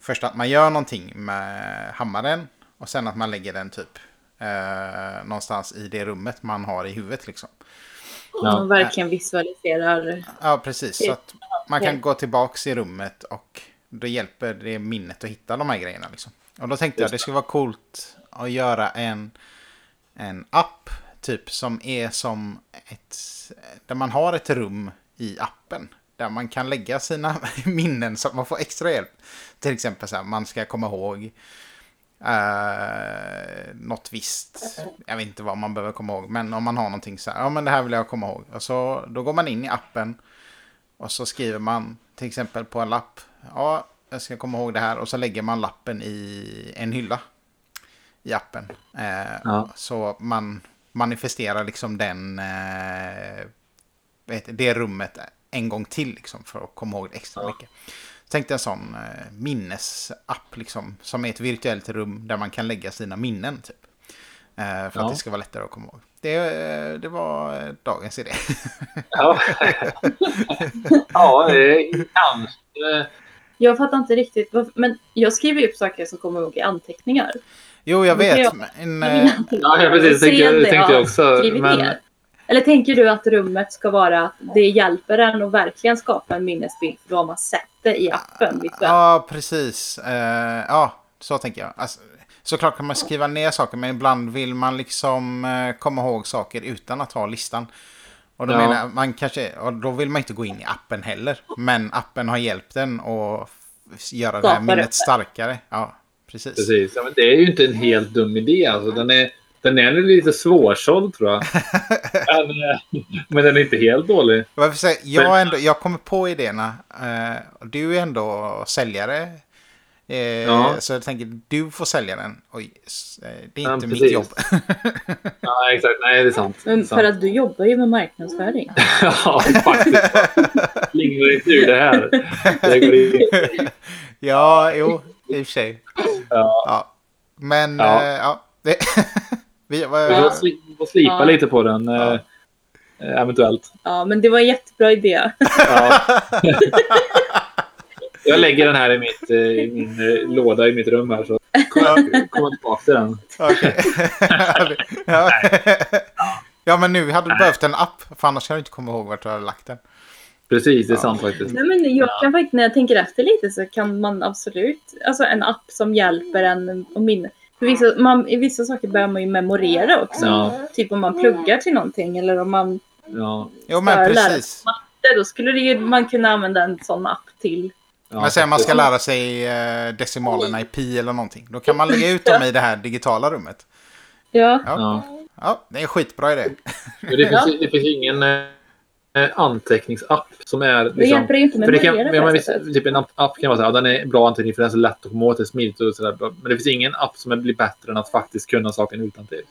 S2: först att man gör någonting med hammaren och sen att man lägger den typ eh, någonstans i det rummet man har i huvudet liksom.
S1: Ja.
S3: Man verkligen visualiserar.
S2: Ja, precis. Så att man kan gå tillbaka i rummet och då hjälper det minnet att hitta de här grejerna. Liksom. Och då tänkte jag att det skulle vara coolt att göra en, en app typ som är som ett... Där man har ett rum i appen. Där man kan lägga sina minnen så att man får extra hjälp. Till exempel så här, man ska komma ihåg Uh, något visst, jag vet inte vad man behöver komma ihåg, men om man har någonting så här, ja men det här vill jag komma ihåg. Och så, då går man in i appen och så skriver man till exempel på en lapp, ja jag ska komma ihåg det här och så lägger man lappen i en hylla i appen. Eh,
S1: Ja.
S2: Så man manifesterar liksom den, eh, vad heter det rummet en gång till liksom för att komma ihåg det extra mycket. Tänk dig en sån eh, minnesapp liksom, som är ett virtuellt rum där man kan lägga sina minnen typ. Eh, för
S1: Ja.
S2: att det ska vara lättare att komma ihåg. Det, eh, det var eh, dagens idé.
S1: Ja, ja det kanske.
S3: Jag fattar inte riktigt. varför- Men jag skriver ju upp saker som kommer ihåg i anteckningar.
S2: Jo, jag
S3: Det kan
S2: vet.
S3: jag-
S2: Men,
S3: I mina
S2: eh,
S3: anteckningar.
S1: Ja, jag precis.
S3: Så
S1: Tänkte,
S3: ser
S1: jag-
S3: det
S1: tänkte jag också.
S3: skrivit
S1: Men,
S3: ner. Eller tänker du att rummet ska vara att det hjälper en att verkligen skapa en minnesbild för då har man sett det i appen. Liksom.
S2: ja, precis. Eh, ja, så tänker jag. Alltså, såklart kan man skriva ner saker, men ibland vill man liksom eh, komma ihåg saker utan att ha listan. Och då,
S1: Ja.
S2: menar jag, man kanske, och då vill man inte gå in i appen heller. Men appen har hjälpt en att f- göra det här
S3: Skapa det.
S2: minnet starkare. Ja, precis.
S1: Precis. Ja, men det är ju inte en helt dum idé. Alltså, den, är, den är lite svårsåld tror jag. men, eh, men den är inte helt dålig.
S2: Varför säger, jag, har ändå, jag kommer på idéerna. eh, och Du är ändå säljare. Eh,
S1: Ja.
S2: Så jag tänker, du får sälja den. Oj, s- eh, det är
S1: Ja,
S2: inte mitt
S1: precis.
S2: jobb.
S1: Ja, exakt. Nej, det är sant. Det är
S3: Men
S1: sant.
S3: för att du jobbar ju med marknadsföring.
S1: ja, faktiskt. Slingrar inte ur det här. Det går in.
S2: ja, jo, i och för sig.
S1: Ja.
S2: Men,
S1: Ja.
S2: ja. ja det, vi, vad-
S1: Vi får sli- vi får slipa
S3: Ja.
S1: lite på den. eh,
S2: Ja.
S1: eh, Eventuellt.
S3: Ja, men det var en jättebra idé.
S1: Ja. Jag lägger den här i, mitt, eh, i min eh, låda i mitt rum här så kommer jag tillbaka till den.
S2: okej. ja. ja, men nu hade du behövt en app. För annars kan du inte komma ihåg vart du hade lagt den.
S1: Precis, det är
S2: Ja.
S1: sant faktiskt.
S3: Nej, men jag kan faktiskt, när jag tänker efter lite så kan man absolut, alltså en app som hjälper en att minnas. För vissa, man, i vissa saker behöver man ju memorera också.
S1: Ja.
S3: Typ om man pluggar till någonting eller om man
S1: Ja.
S2: Jo, men
S3: Ska lära-
S2: precis.
S3: matte, då skulle det ju, man kunna använda en sån app till.
S1: Ja,
S2: men säg man ska
S1: faktiskt.
S2: lära sig eh, decimalerna i pi eller någonting. Då kan man lägga ut dem i det här digitala rummet.
S3: Ja,
S1: Ja.
S2: Ja, det är en skitbra idé.
S1: Men det, finns, det finns ingen eh, anteckningsapp som är...
S3: det
S1: liksom-
S3: hjälper ju inte
S1: för det kan,
S3: memorera
S1: ja,
S3: på
S1: men
S3: det
S1: visst,
S3: sättet.
S1: typ en app, app kan vara så här, ja, den är bra anteckning för den är så lätt att komma åt, det är smidigt och sådär. Men det finns ingen app som är- blir bättre än att faktiskt kunna saken utantill.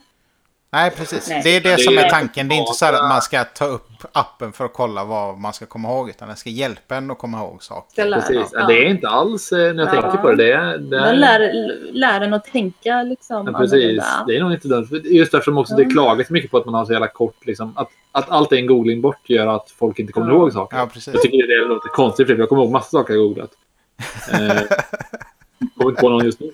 S2: Nej, precis.
S3: Nej.
S2: Det är det
S1: Det
S2: som
S1: är-
S2: är tanken. Det är inte så här att man ska ta upp appen för att kolla vad man ska komma ihåg, utan den ska hjälpa en att komma ihåg saker.
S3: Ska lära.
S1: Precis. Ja.
S3: Ja.
S1: Det är inte alls, eh, när jag
S3: Ja.
S1: tänker på det, det, är- det är-
S3: Man lär, lär en att tänka liksom.
S1: Ja, precis.
S3: annorlunda.
S1: Det är nog inte dumt. Just därför också det klagas mycket på att man har så jävla kort. Liksom, att, att allt är en googling bort gör att folk inte kommer
S3: Ja.
S1: ihåg saker.
S2: Ja, precis.
S1: Jag tycker det låter konstigt, för jag kommer ihåg massa saker jag googlat. Eh, kommer inte på någon just nu.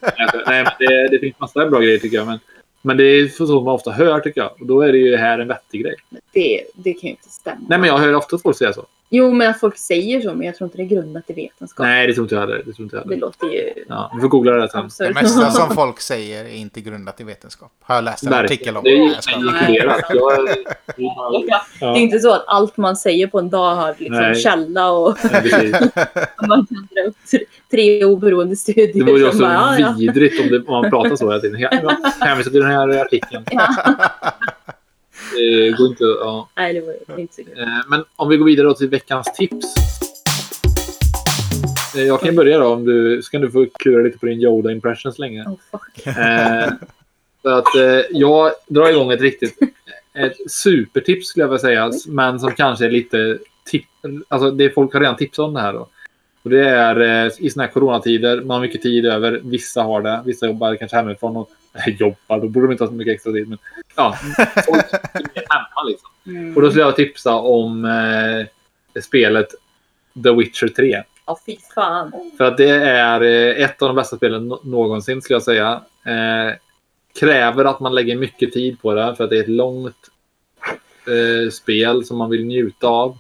S1: Nej, men det, det finns massa bra grejer tycker jag. Men, men det är så som man ofta hör tycker jag. Och då är det ju här en vettig grej.
S3: Det, det kan ju inte stämma.
S1: Nej, men jag hör ofta folk säga så.
S3: Jo, men att folk säger så, men jag tror inte det är grundat i vetenskap.
S1: Nej, det tror inte jag heller. Det tror inte jag
S3: Det
S1: heller.
S3: låter ju
S1: Ja, vi får googla det där sen.
S2: Det
S3: absurt.
S2: mesta som folk säger är inte grundat i vetenskap. Har jag läst en artikel om.
S1: Det
S2: Nej,
S1: är
S2: jag skojar.
S1: inkluderat. Jag,
S3: Det är inte så att allt man säger på en dag har liksom
S1: Nej.
S3: källa och
S1: Ja, precis.
S3: man kan dra upp tre- tre oberoende studier.
S1: Det vore ju
S3: som
S1: också
S3: bara, ja, ja.
S1: vidrigt om, det, om man pratar så hela tiden. Hä- Hänvisa till den här artikeln. Det går inte, ja.
S3: Nej, det var ju inte så kul.
S1: Eh, Men om vi går vidare då till veckans tips. Eh, Jag kan ju börja då, om du, så kan du få kura lite på din Yoda-impression så länge.
S3: Oh, fuck.
S1: Eh, för att eh, jag drar igång ett riktigt ett supertips skulle jag vilja säga, men som kanske är lite tip, alltså det folk har redan tipsat om det här då. Och det är eh, i såna här coronatider, man har mycket tid över, vissa har det, vissa jobbar kanske hemifrån och nej, jobbar, då borde de inte ha så mycket extra tid. Men ja, folk är hemma liksom.
S3: Mm.
S1: Och då skulle jag tipsa om eh, spelet The Witcher 3.
S3: Ja, fy fan.
S1: För att det är eh, ett av de bästa spelen nå- någonsin skulle jag säga. Eh, kräver att man lägger mycket tid på det för att det är ett långt eh, spel som man vill njuta av.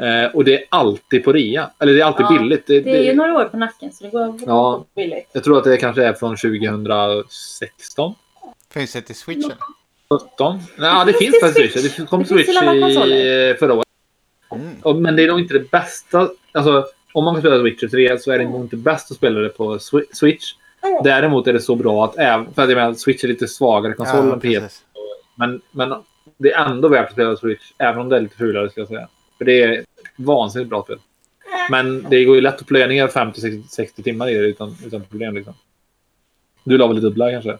S1: Eh, och det är alltid på rea. Eller det är alltid
S3: Ja,
S1: billigt. Det,
S3: Det är ju
S1: det,
S3: några år på nacken så det går
S1: Ja.
S3: billigt.
S1: jag tror att det kanske är från 2016.
S2: Finns det till Switch
S3: Mm.
S2: eller?
S1: 17? Ja, det finns faktiskt Switch. Det kom
S3: Det finns
S1: Switch
S3: till alla konsoler.
S1: i eh, förra året.
S2: Mm.
S1: Ja, Men det är nog inte det bästa. Alltså, om man kan spela Witcher 3 så är det nog inte bäst att spela det på Swi- Switch. Däremot är det så bra att även... För att jag menar, Switch är lite svagare konsol än PS.
S2: precis.
S1: Men, men det är ändå värt att spela Switch, även om det är lite fulare ska jag säga. För det är ett vansinnigt bra spel. Men det går ju lätt att plöja ner 50-60 timmar i det utan, utan problem. Liksom. Du la väl lite dubbla kanske?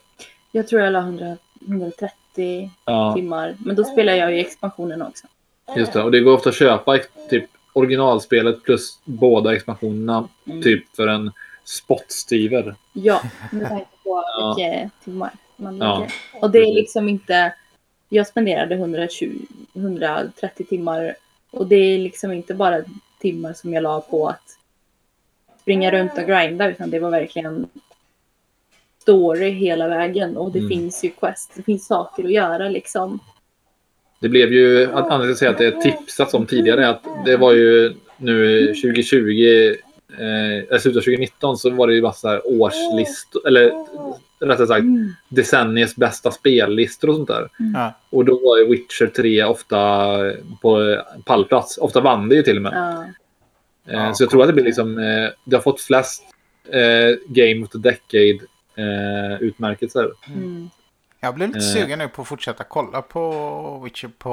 S3: Jag tror jag la 100, 130
S1: Ja.
S3: timmar. Men då spelar jag ju expansionen också.
S1: Just det, och det går ofta att köpa ex- typ originalspelet plus båda expansionerna
S3: Mm.
S1: typ för en spottstyver.
S3: Ja, med tanke på
S1: Ja.
S3: vilka timmar man
S1: Ja,
S3: lägger. Och det är
S1: precis.
S3: liksom inte... Jag spenderade 120, 130 timmar och det är liksom inte bara timmar som jag la på att springa runt och grinda utan det var verkligen story hela vägen och det
S1: Mm.
S3: finns ju quest, det finns saker att göra liksom.
S1: Det blev ju, att anledningen till att säga att det är tipsat om tidigare, är att det var ju nu 2020, eh, eller slutet av 2019 så var det ju massa här årslistor, eller rättare sagt
S3: Mm.
S1: decenniets bästa spellistor och sånt där.
S2: Ja.
S1: Och då var ju Witcher 3 ofta på eh, pallplats. Ofta vann det ju till och med.
S3: Ja.
S1: Eh, så jag tror att det blir liksom, eh, det har fått flest eh, Game of the Decade eh, utmärkelser.
S3: Mm.
S2: Jag blev lite
S1: Eh.
S2: sugen nu på att fortsätta kolla på Witcher på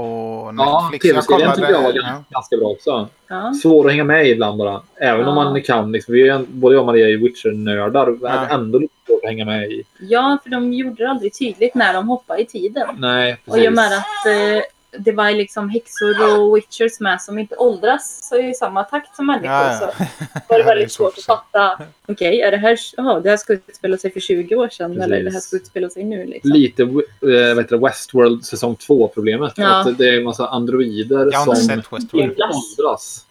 S1: Ja,
S2: Netflix.
S1: tv-serien tycker jag var
S2: ja.
S1: ganska, ganska bra också.
S3: Ja.
S1: Svår att hänga med i ibland bara. Även om
S3: Ja.
S1: man kan, liksom, vi är, ju en- både jag och Maria är ju Witcher-nördar, men
S2: Ja.
S1: ändå lite svårt att hänga med i.
S3: ja, för de gjorde det aldrig tydligt när de hoppade i tiden.
S1: Nej,
S3: Och i och med
S1: precis.
S3: att eh, det var liksom häxor och witchers med som inte åldras så i samma takt som människor
S2: Ja, ja.
S3: så var det
S2: Ja, är
S3: väldigt svårt att
S2: se.
S3: fatta. Okej, är det här, aha, det här ska utspela sig för 20 år sedan eller
S1: Precis.
S3: det här ska utspela sig nu liksom.
S1: Lite eh, vad heter det, Westworld säsong 2-problemet.
S3: Ja.
S1: Att det är en massa androider
S2: Jag
S1: som
S2: har inte sett Westworld.
S1: inte åldras.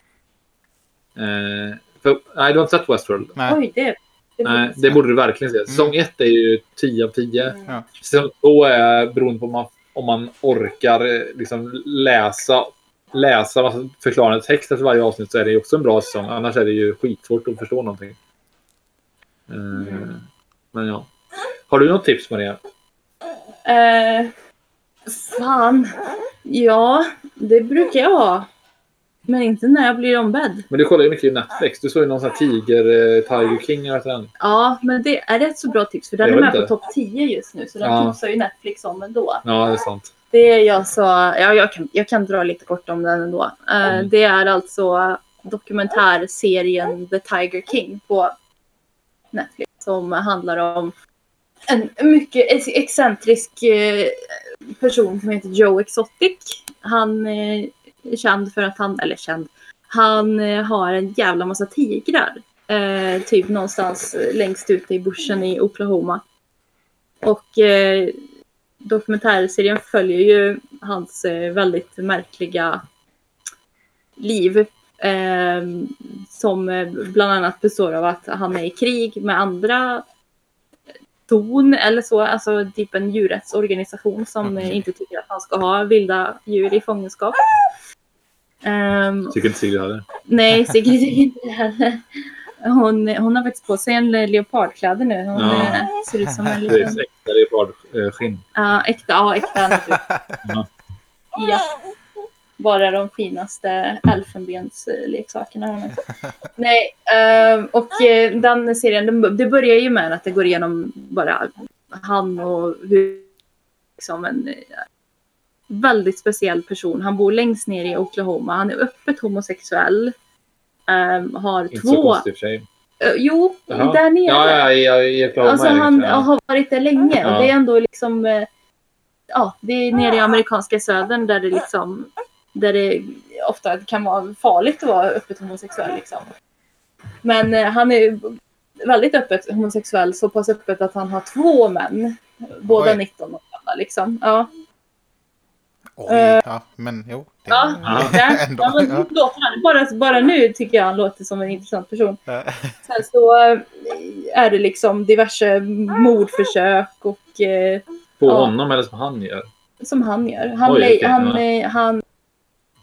S1: Eh, för, nej, du har inte sett Westworld?
S2: Nej.
S3: Oj, det, det,
S1: Nej, det borde du verkligen se.
S2: Mm.
S1: Säsong 1 är ju 10 av 10.
S3: Mm.
S2: Ja.
S1: Säsong 2 är beroende på om man, om man orkar eh, liksom läsa, läsa massa förklarande text efter varje avsnitt så är det ju också en bra säsong. Annars är det ju skitsvårt att förstå någonting. Eh,
S3: Mm.
S1: Men ja. Har du något tips Maria?
S3: Eh, fan. Ja, det brukar jag ha. Men inte när jag blir ombedd.
S1: Men du kollar ju mycket i Netflix. Du såg ju någon sån här tiger, eh, Tiger King eller den.
S3: Ja, men det är ett så bra tips för den
S1: Jag
S3: är
S1: vet
S3: med på
S1: inte.
S3: topp 10 just nu så den
S1: Ja.
S3: tipsar ju Netflix om ändå.
S1: Ja, det är sant.
S3: Det jag sa, ja, jag, kan, jag kan dra lite kort om den ändå. Eh,
S1: Mm.
S3: Det är alltså dokumentärserien The Tiger King på Netflix som handlar om en mycket ex- excentrisk eh, person som heter Joe Exotic. Han eh, är känd för att han, eller känd, han eh, har en jävla massa tigrar. Eh, typ någonstans längst ute i bushen i Oklahoma. Och eh, dokumentärserien följer ju hans eh, väldigt märkliga liv. Eh, som eh, bland annat består av att han är i krig med andra ton eller så, alltså typ en djurrättsorganisation som eh, inte tycker att han ska ha vilda djur i fångenskap. Ehm,
S1: Tycker inte Sigrid heller.
S3: Nej, Sigrid är inte det heller. Hon, hon har faktiskt på sig en leopardkläder nu. Hon
S1: Ja.
S3: eh, ser ut som en
S1: Det är
S3: liten...
S1: äkta eh, leopardskinn.
S3: Ja, äkta. Ja, äkta. natur.
S1: Ja.
S3: Ja. Bara de finaste elfenbensleksakerna. har hon också. Nej, eh, och eh, den serien, den- det börjar ju med att det går igenom bara han och hur liksom en eh, väldigt speciell person. Han bor längst ner i Oklahoma. Han är öppet homosexuell. ehm, har
S1: Inte så
S3: två...
S1: konstigt i och för sig.
S3: Eh, jo,
S1: Jaha.
S3: där nere.
S1: Ja, ja, ja, i Oklahoma.
S3: alltså
S1: är det
S3: han
S1: klart.
S3: har varit där länge.
S1: liksom- Ja.
S3: Och det är ändå liksom... eh, Ja, det är nere i amerikanska södern där det liksom... Där det ofta kan vara farligt att vara öppet homosexuell liksom. Men eh, han är ju väldigt öppet homosexuell. Så pass öppet att han har två män. Båda
S2: Oj.
S3: 19 och gamla liksom. Ja.
S2: Oj, ja, men jo. Det
S3: Ja,
S1: Ja.
S3: där.
S2: ändå.
S3: ja men
S2: Ja.
S3: det låter han- bara, bara nu tycker jag han låter som en intressant person.
S2: Eh,
S3: Sen så eh, är det liksom diverse mordförsök och eh,
S1: På
S3: ja.
S1: honom eller som han gör.
S3: som han gör. Han,
S1: Oj,
S3: blev-
S1: okej,
S3: han,
S1: ja.
S3: eh, han,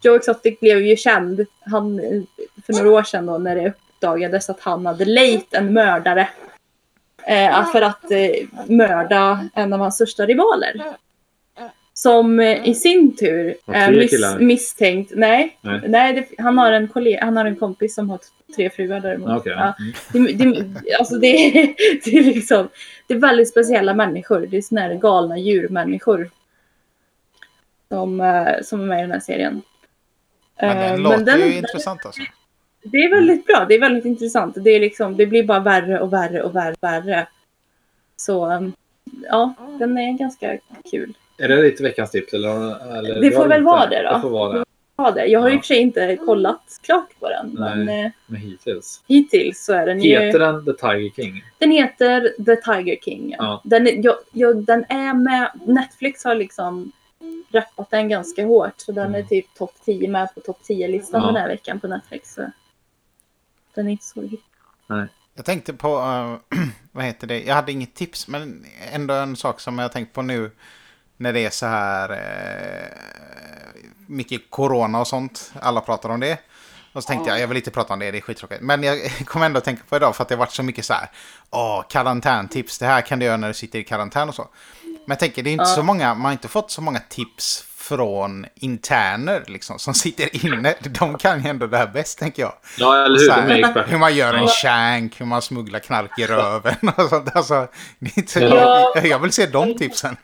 S3: Joe Exotic blev ju känd han, eh, för några år sedan då när det uppdagades att han hade lejt en mördare. Eh, för att eh, mörda en av hans största rivaler. Som eh, i sin tur
S1: Har
S3: är
S1: tre
S3: miss,
S1: killar?
S3: misstänkt. Nej,
S1: Nej.
S3: nej det, han, har en kollega, han har en kompis som har t- tre fruar däremot.
S1: Okej.
S3: Ja.
S1: Mm.
S3: Det, det, alltså det, är- det, är liksom, det är väldigt speciella människor. Det är såna här galna djurmänniskor. Som, eh, som är med i den här serien.
S2: Men
S3: Eh,
S2: den låter ju intressant alltså.
S3: det är väldigt bra. Det är väldigt intressant. Det, är liksom, det blir bara värre och värre och värre. värre. Så um, ja, den är ganska kul.
S1: Är det ditt veckans tips? Eller, har- eller
S3: Det får
S1: har du
S3: väl
S1: inte?
S3: vara det då.
S1: Det får vara det.
S3: Ja, det. Jag har i
S1: Ja.
S3: och för sig inte kollat klart på den.
S1: Nej.
S3: Men eh,
S1: Men hittills.
S3: hittills så är den ju...
S1: Heter den The Tiger King?
S3: Den heter The Tiger King. Ja.
S1: Ja.
S3: Den, är, jag, jag, den är med... Netflix har liksom rappat den ganska hårt. Så den är
S1: Mm.
S3: typ topp 10 med på topp 10-listan
S1: Ja.
S3: den här veckan på Netflix. Så. Den är inte så hit.
S2: Jag tänkte på, eh, vad heter det, jag hade inget tips men ändå en sak som jag tänkt på nu när det är så här eh, mycket corona och sånt, alla pratar om det. Och så tänkte jag, jag vill inte prata om det, det är skittråkigt. Men jag kom ändå att tänka på idag för att det har varit så mycket så här, åh, karantäntips, det här kan du göra när du sitter i karantän och så. Men jag tänker, det är inte
S3: Ja.
S2: så många, man har inte fått så många tips från interner liksom, som sitter inne. De kan ju ändå det här bäst, tänker jag.
S1: Ja, eller hur?
S2: Så här,
S1: De är experter.
S2: hur man gör en
S1: Ja.
S2: shank, hur man smugglar knark i röven och sånt. Alltså, det är inte,
S3: Ja.
S2: jag, jag vill se de tipsen.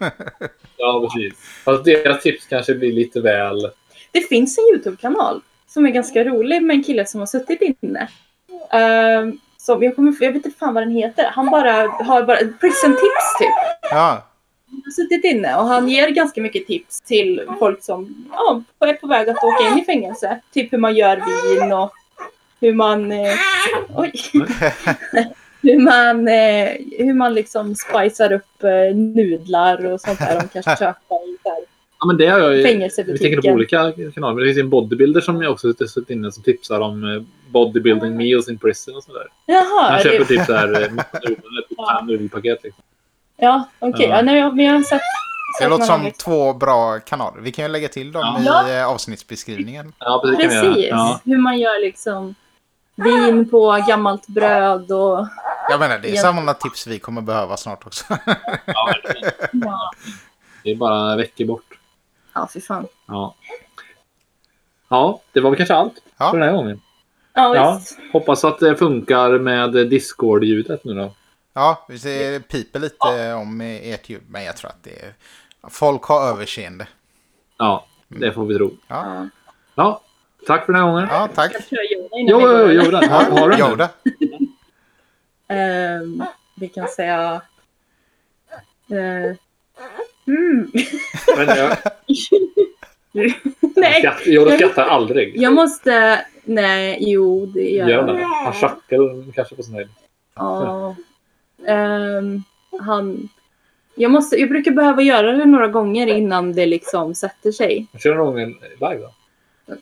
S1: Ja, precis. Fast deras tips kanske blir lite väl...
S3: Det finns en YouTube-kanal som är ganska rolig med en kille som har suttit inne. Ehm, som jag, kommer, jag vet inte fan vad den heter. Han bara har bara prison tips typ.
S2: Ja,
S3: har suttit inne och han ger ganska mycket tips till folk som ja, är på väg att åka in i fängelse. Typ hur man gör vin och hur man... Eh, oj. hur man, eh, hur man liksom spicar upp eh, nudlar och sånt där. De kanske köper i så här
S1: Ja, men det har jag ju... Vi tänker på
S3: fängelsebutiken.
S1: olika kanaler. Men det finns ju en bodybuilder som jag också suttit inne som tipsar om eh, bodybuilding meals in prison och sådär. Han
S3: Jaha,
S1: köper
S3: det,
S1: typ så här eh, massa nudlar, eller typ
S3: Ja.
S1: fem nudelpaket. Liksom.
S3: ja okej. Ja, nej, jag- men jag har sett...
S2: det
S3: sett liksom.
S2: låter
S3: någon
S2: som
S3: annan-
S2: två bra kanaler. Vi kan ju lägga till dem
S3: Ja.
S2: i eh, avsnittsbeskrivningen.
S1: Ja, precis. kan vi göra.
S3: Precis,
S1: Ja.
S3: hur man gör liksom vin på gammalt bröd och...
S2: Jag menar, det är
S3: Ja.
S2: sådana tips vi kommer behöva snart också.
S1: Ja, verkligen.
S3: Ja,
S1: det är bara veckor bort.
S3: ja fy fan.
S1: Ja. ja, det var väl kanske allt
S2: Ja.
S1: för den här gången.
S3: Ja,
S1: Ja,
S3: visst.
S1: hoppas att det funkar med Discord-ljudet nu då.
S2: Ja, vi ser- piper lite om eh, ert ljud, men jag tror att det är... Folk har överseende.
S1: Ja, det får vi tro.
S2: Ja,
S1: Ja, tack för den här gången.
S2: ja tack.
S3: Jag tror jag gör det innan
S1: Jo,
S3: vi går,
S1: jo,
S3: eller?
S1: jo, den. Har, har du den?
S2: Yoda.
S3: Ehm, vi kan säga... eh, mm.
S1: Men jag, jag
S3: nej,
S1: skrattar- Yoda skrattar aldrig.
S3: jag måste... Nej, jo, det gör
S1: Gör han
S3: jag.
S1: det? Han tjackar kanske på sin höjd.
S3: Ja. Ehm, han... Jag, måste, jag brukar behöva göra det några gånger innan det liksom sätter sig.
S1: Men Kör någon gång live då.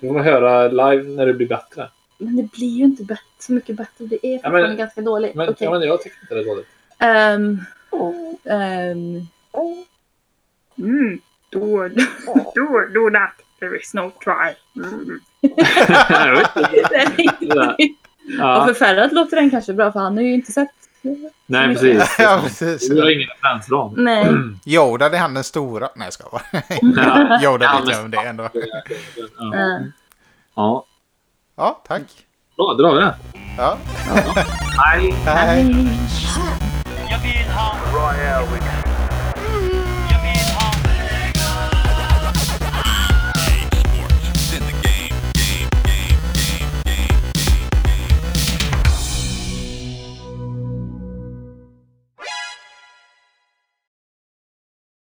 S1: Du får höra live när det blir bättre.
S3: Men det blir ju inte bättre, så mycket bättre. Det är fortfarande ganska dåligt.
S1: Men,
S3: Okej.
S1: ja, men jag tycker inte det är dåligt.
S3: Ehm, ehm, mm, do, do, do that. There is no try. Mm.
S1: Jag vet inte. Ja.
S3: Och
S1: ja.
S3: för Ferhat låter den kanske bra för han har ju inte sett.
S1: Nej, precis.
S2: Ja, precis.
S1: Du har ingen referensram.
S3: Nej.
S2: Yoda, det är han den stora. Nej, jag ska vara.
S1: Ja.
S2: Yoda,
S1: Ja, men-
S2: vi glömde det ändå.
S1: Ja.
S3: Eh,
S1: ja.
S2: Ja, tack.
S1: Bra, då drar vi det.
S2: Ja.
S1: Hej!
S2: Hej.
S4: Jag vill ha
S5: Right out with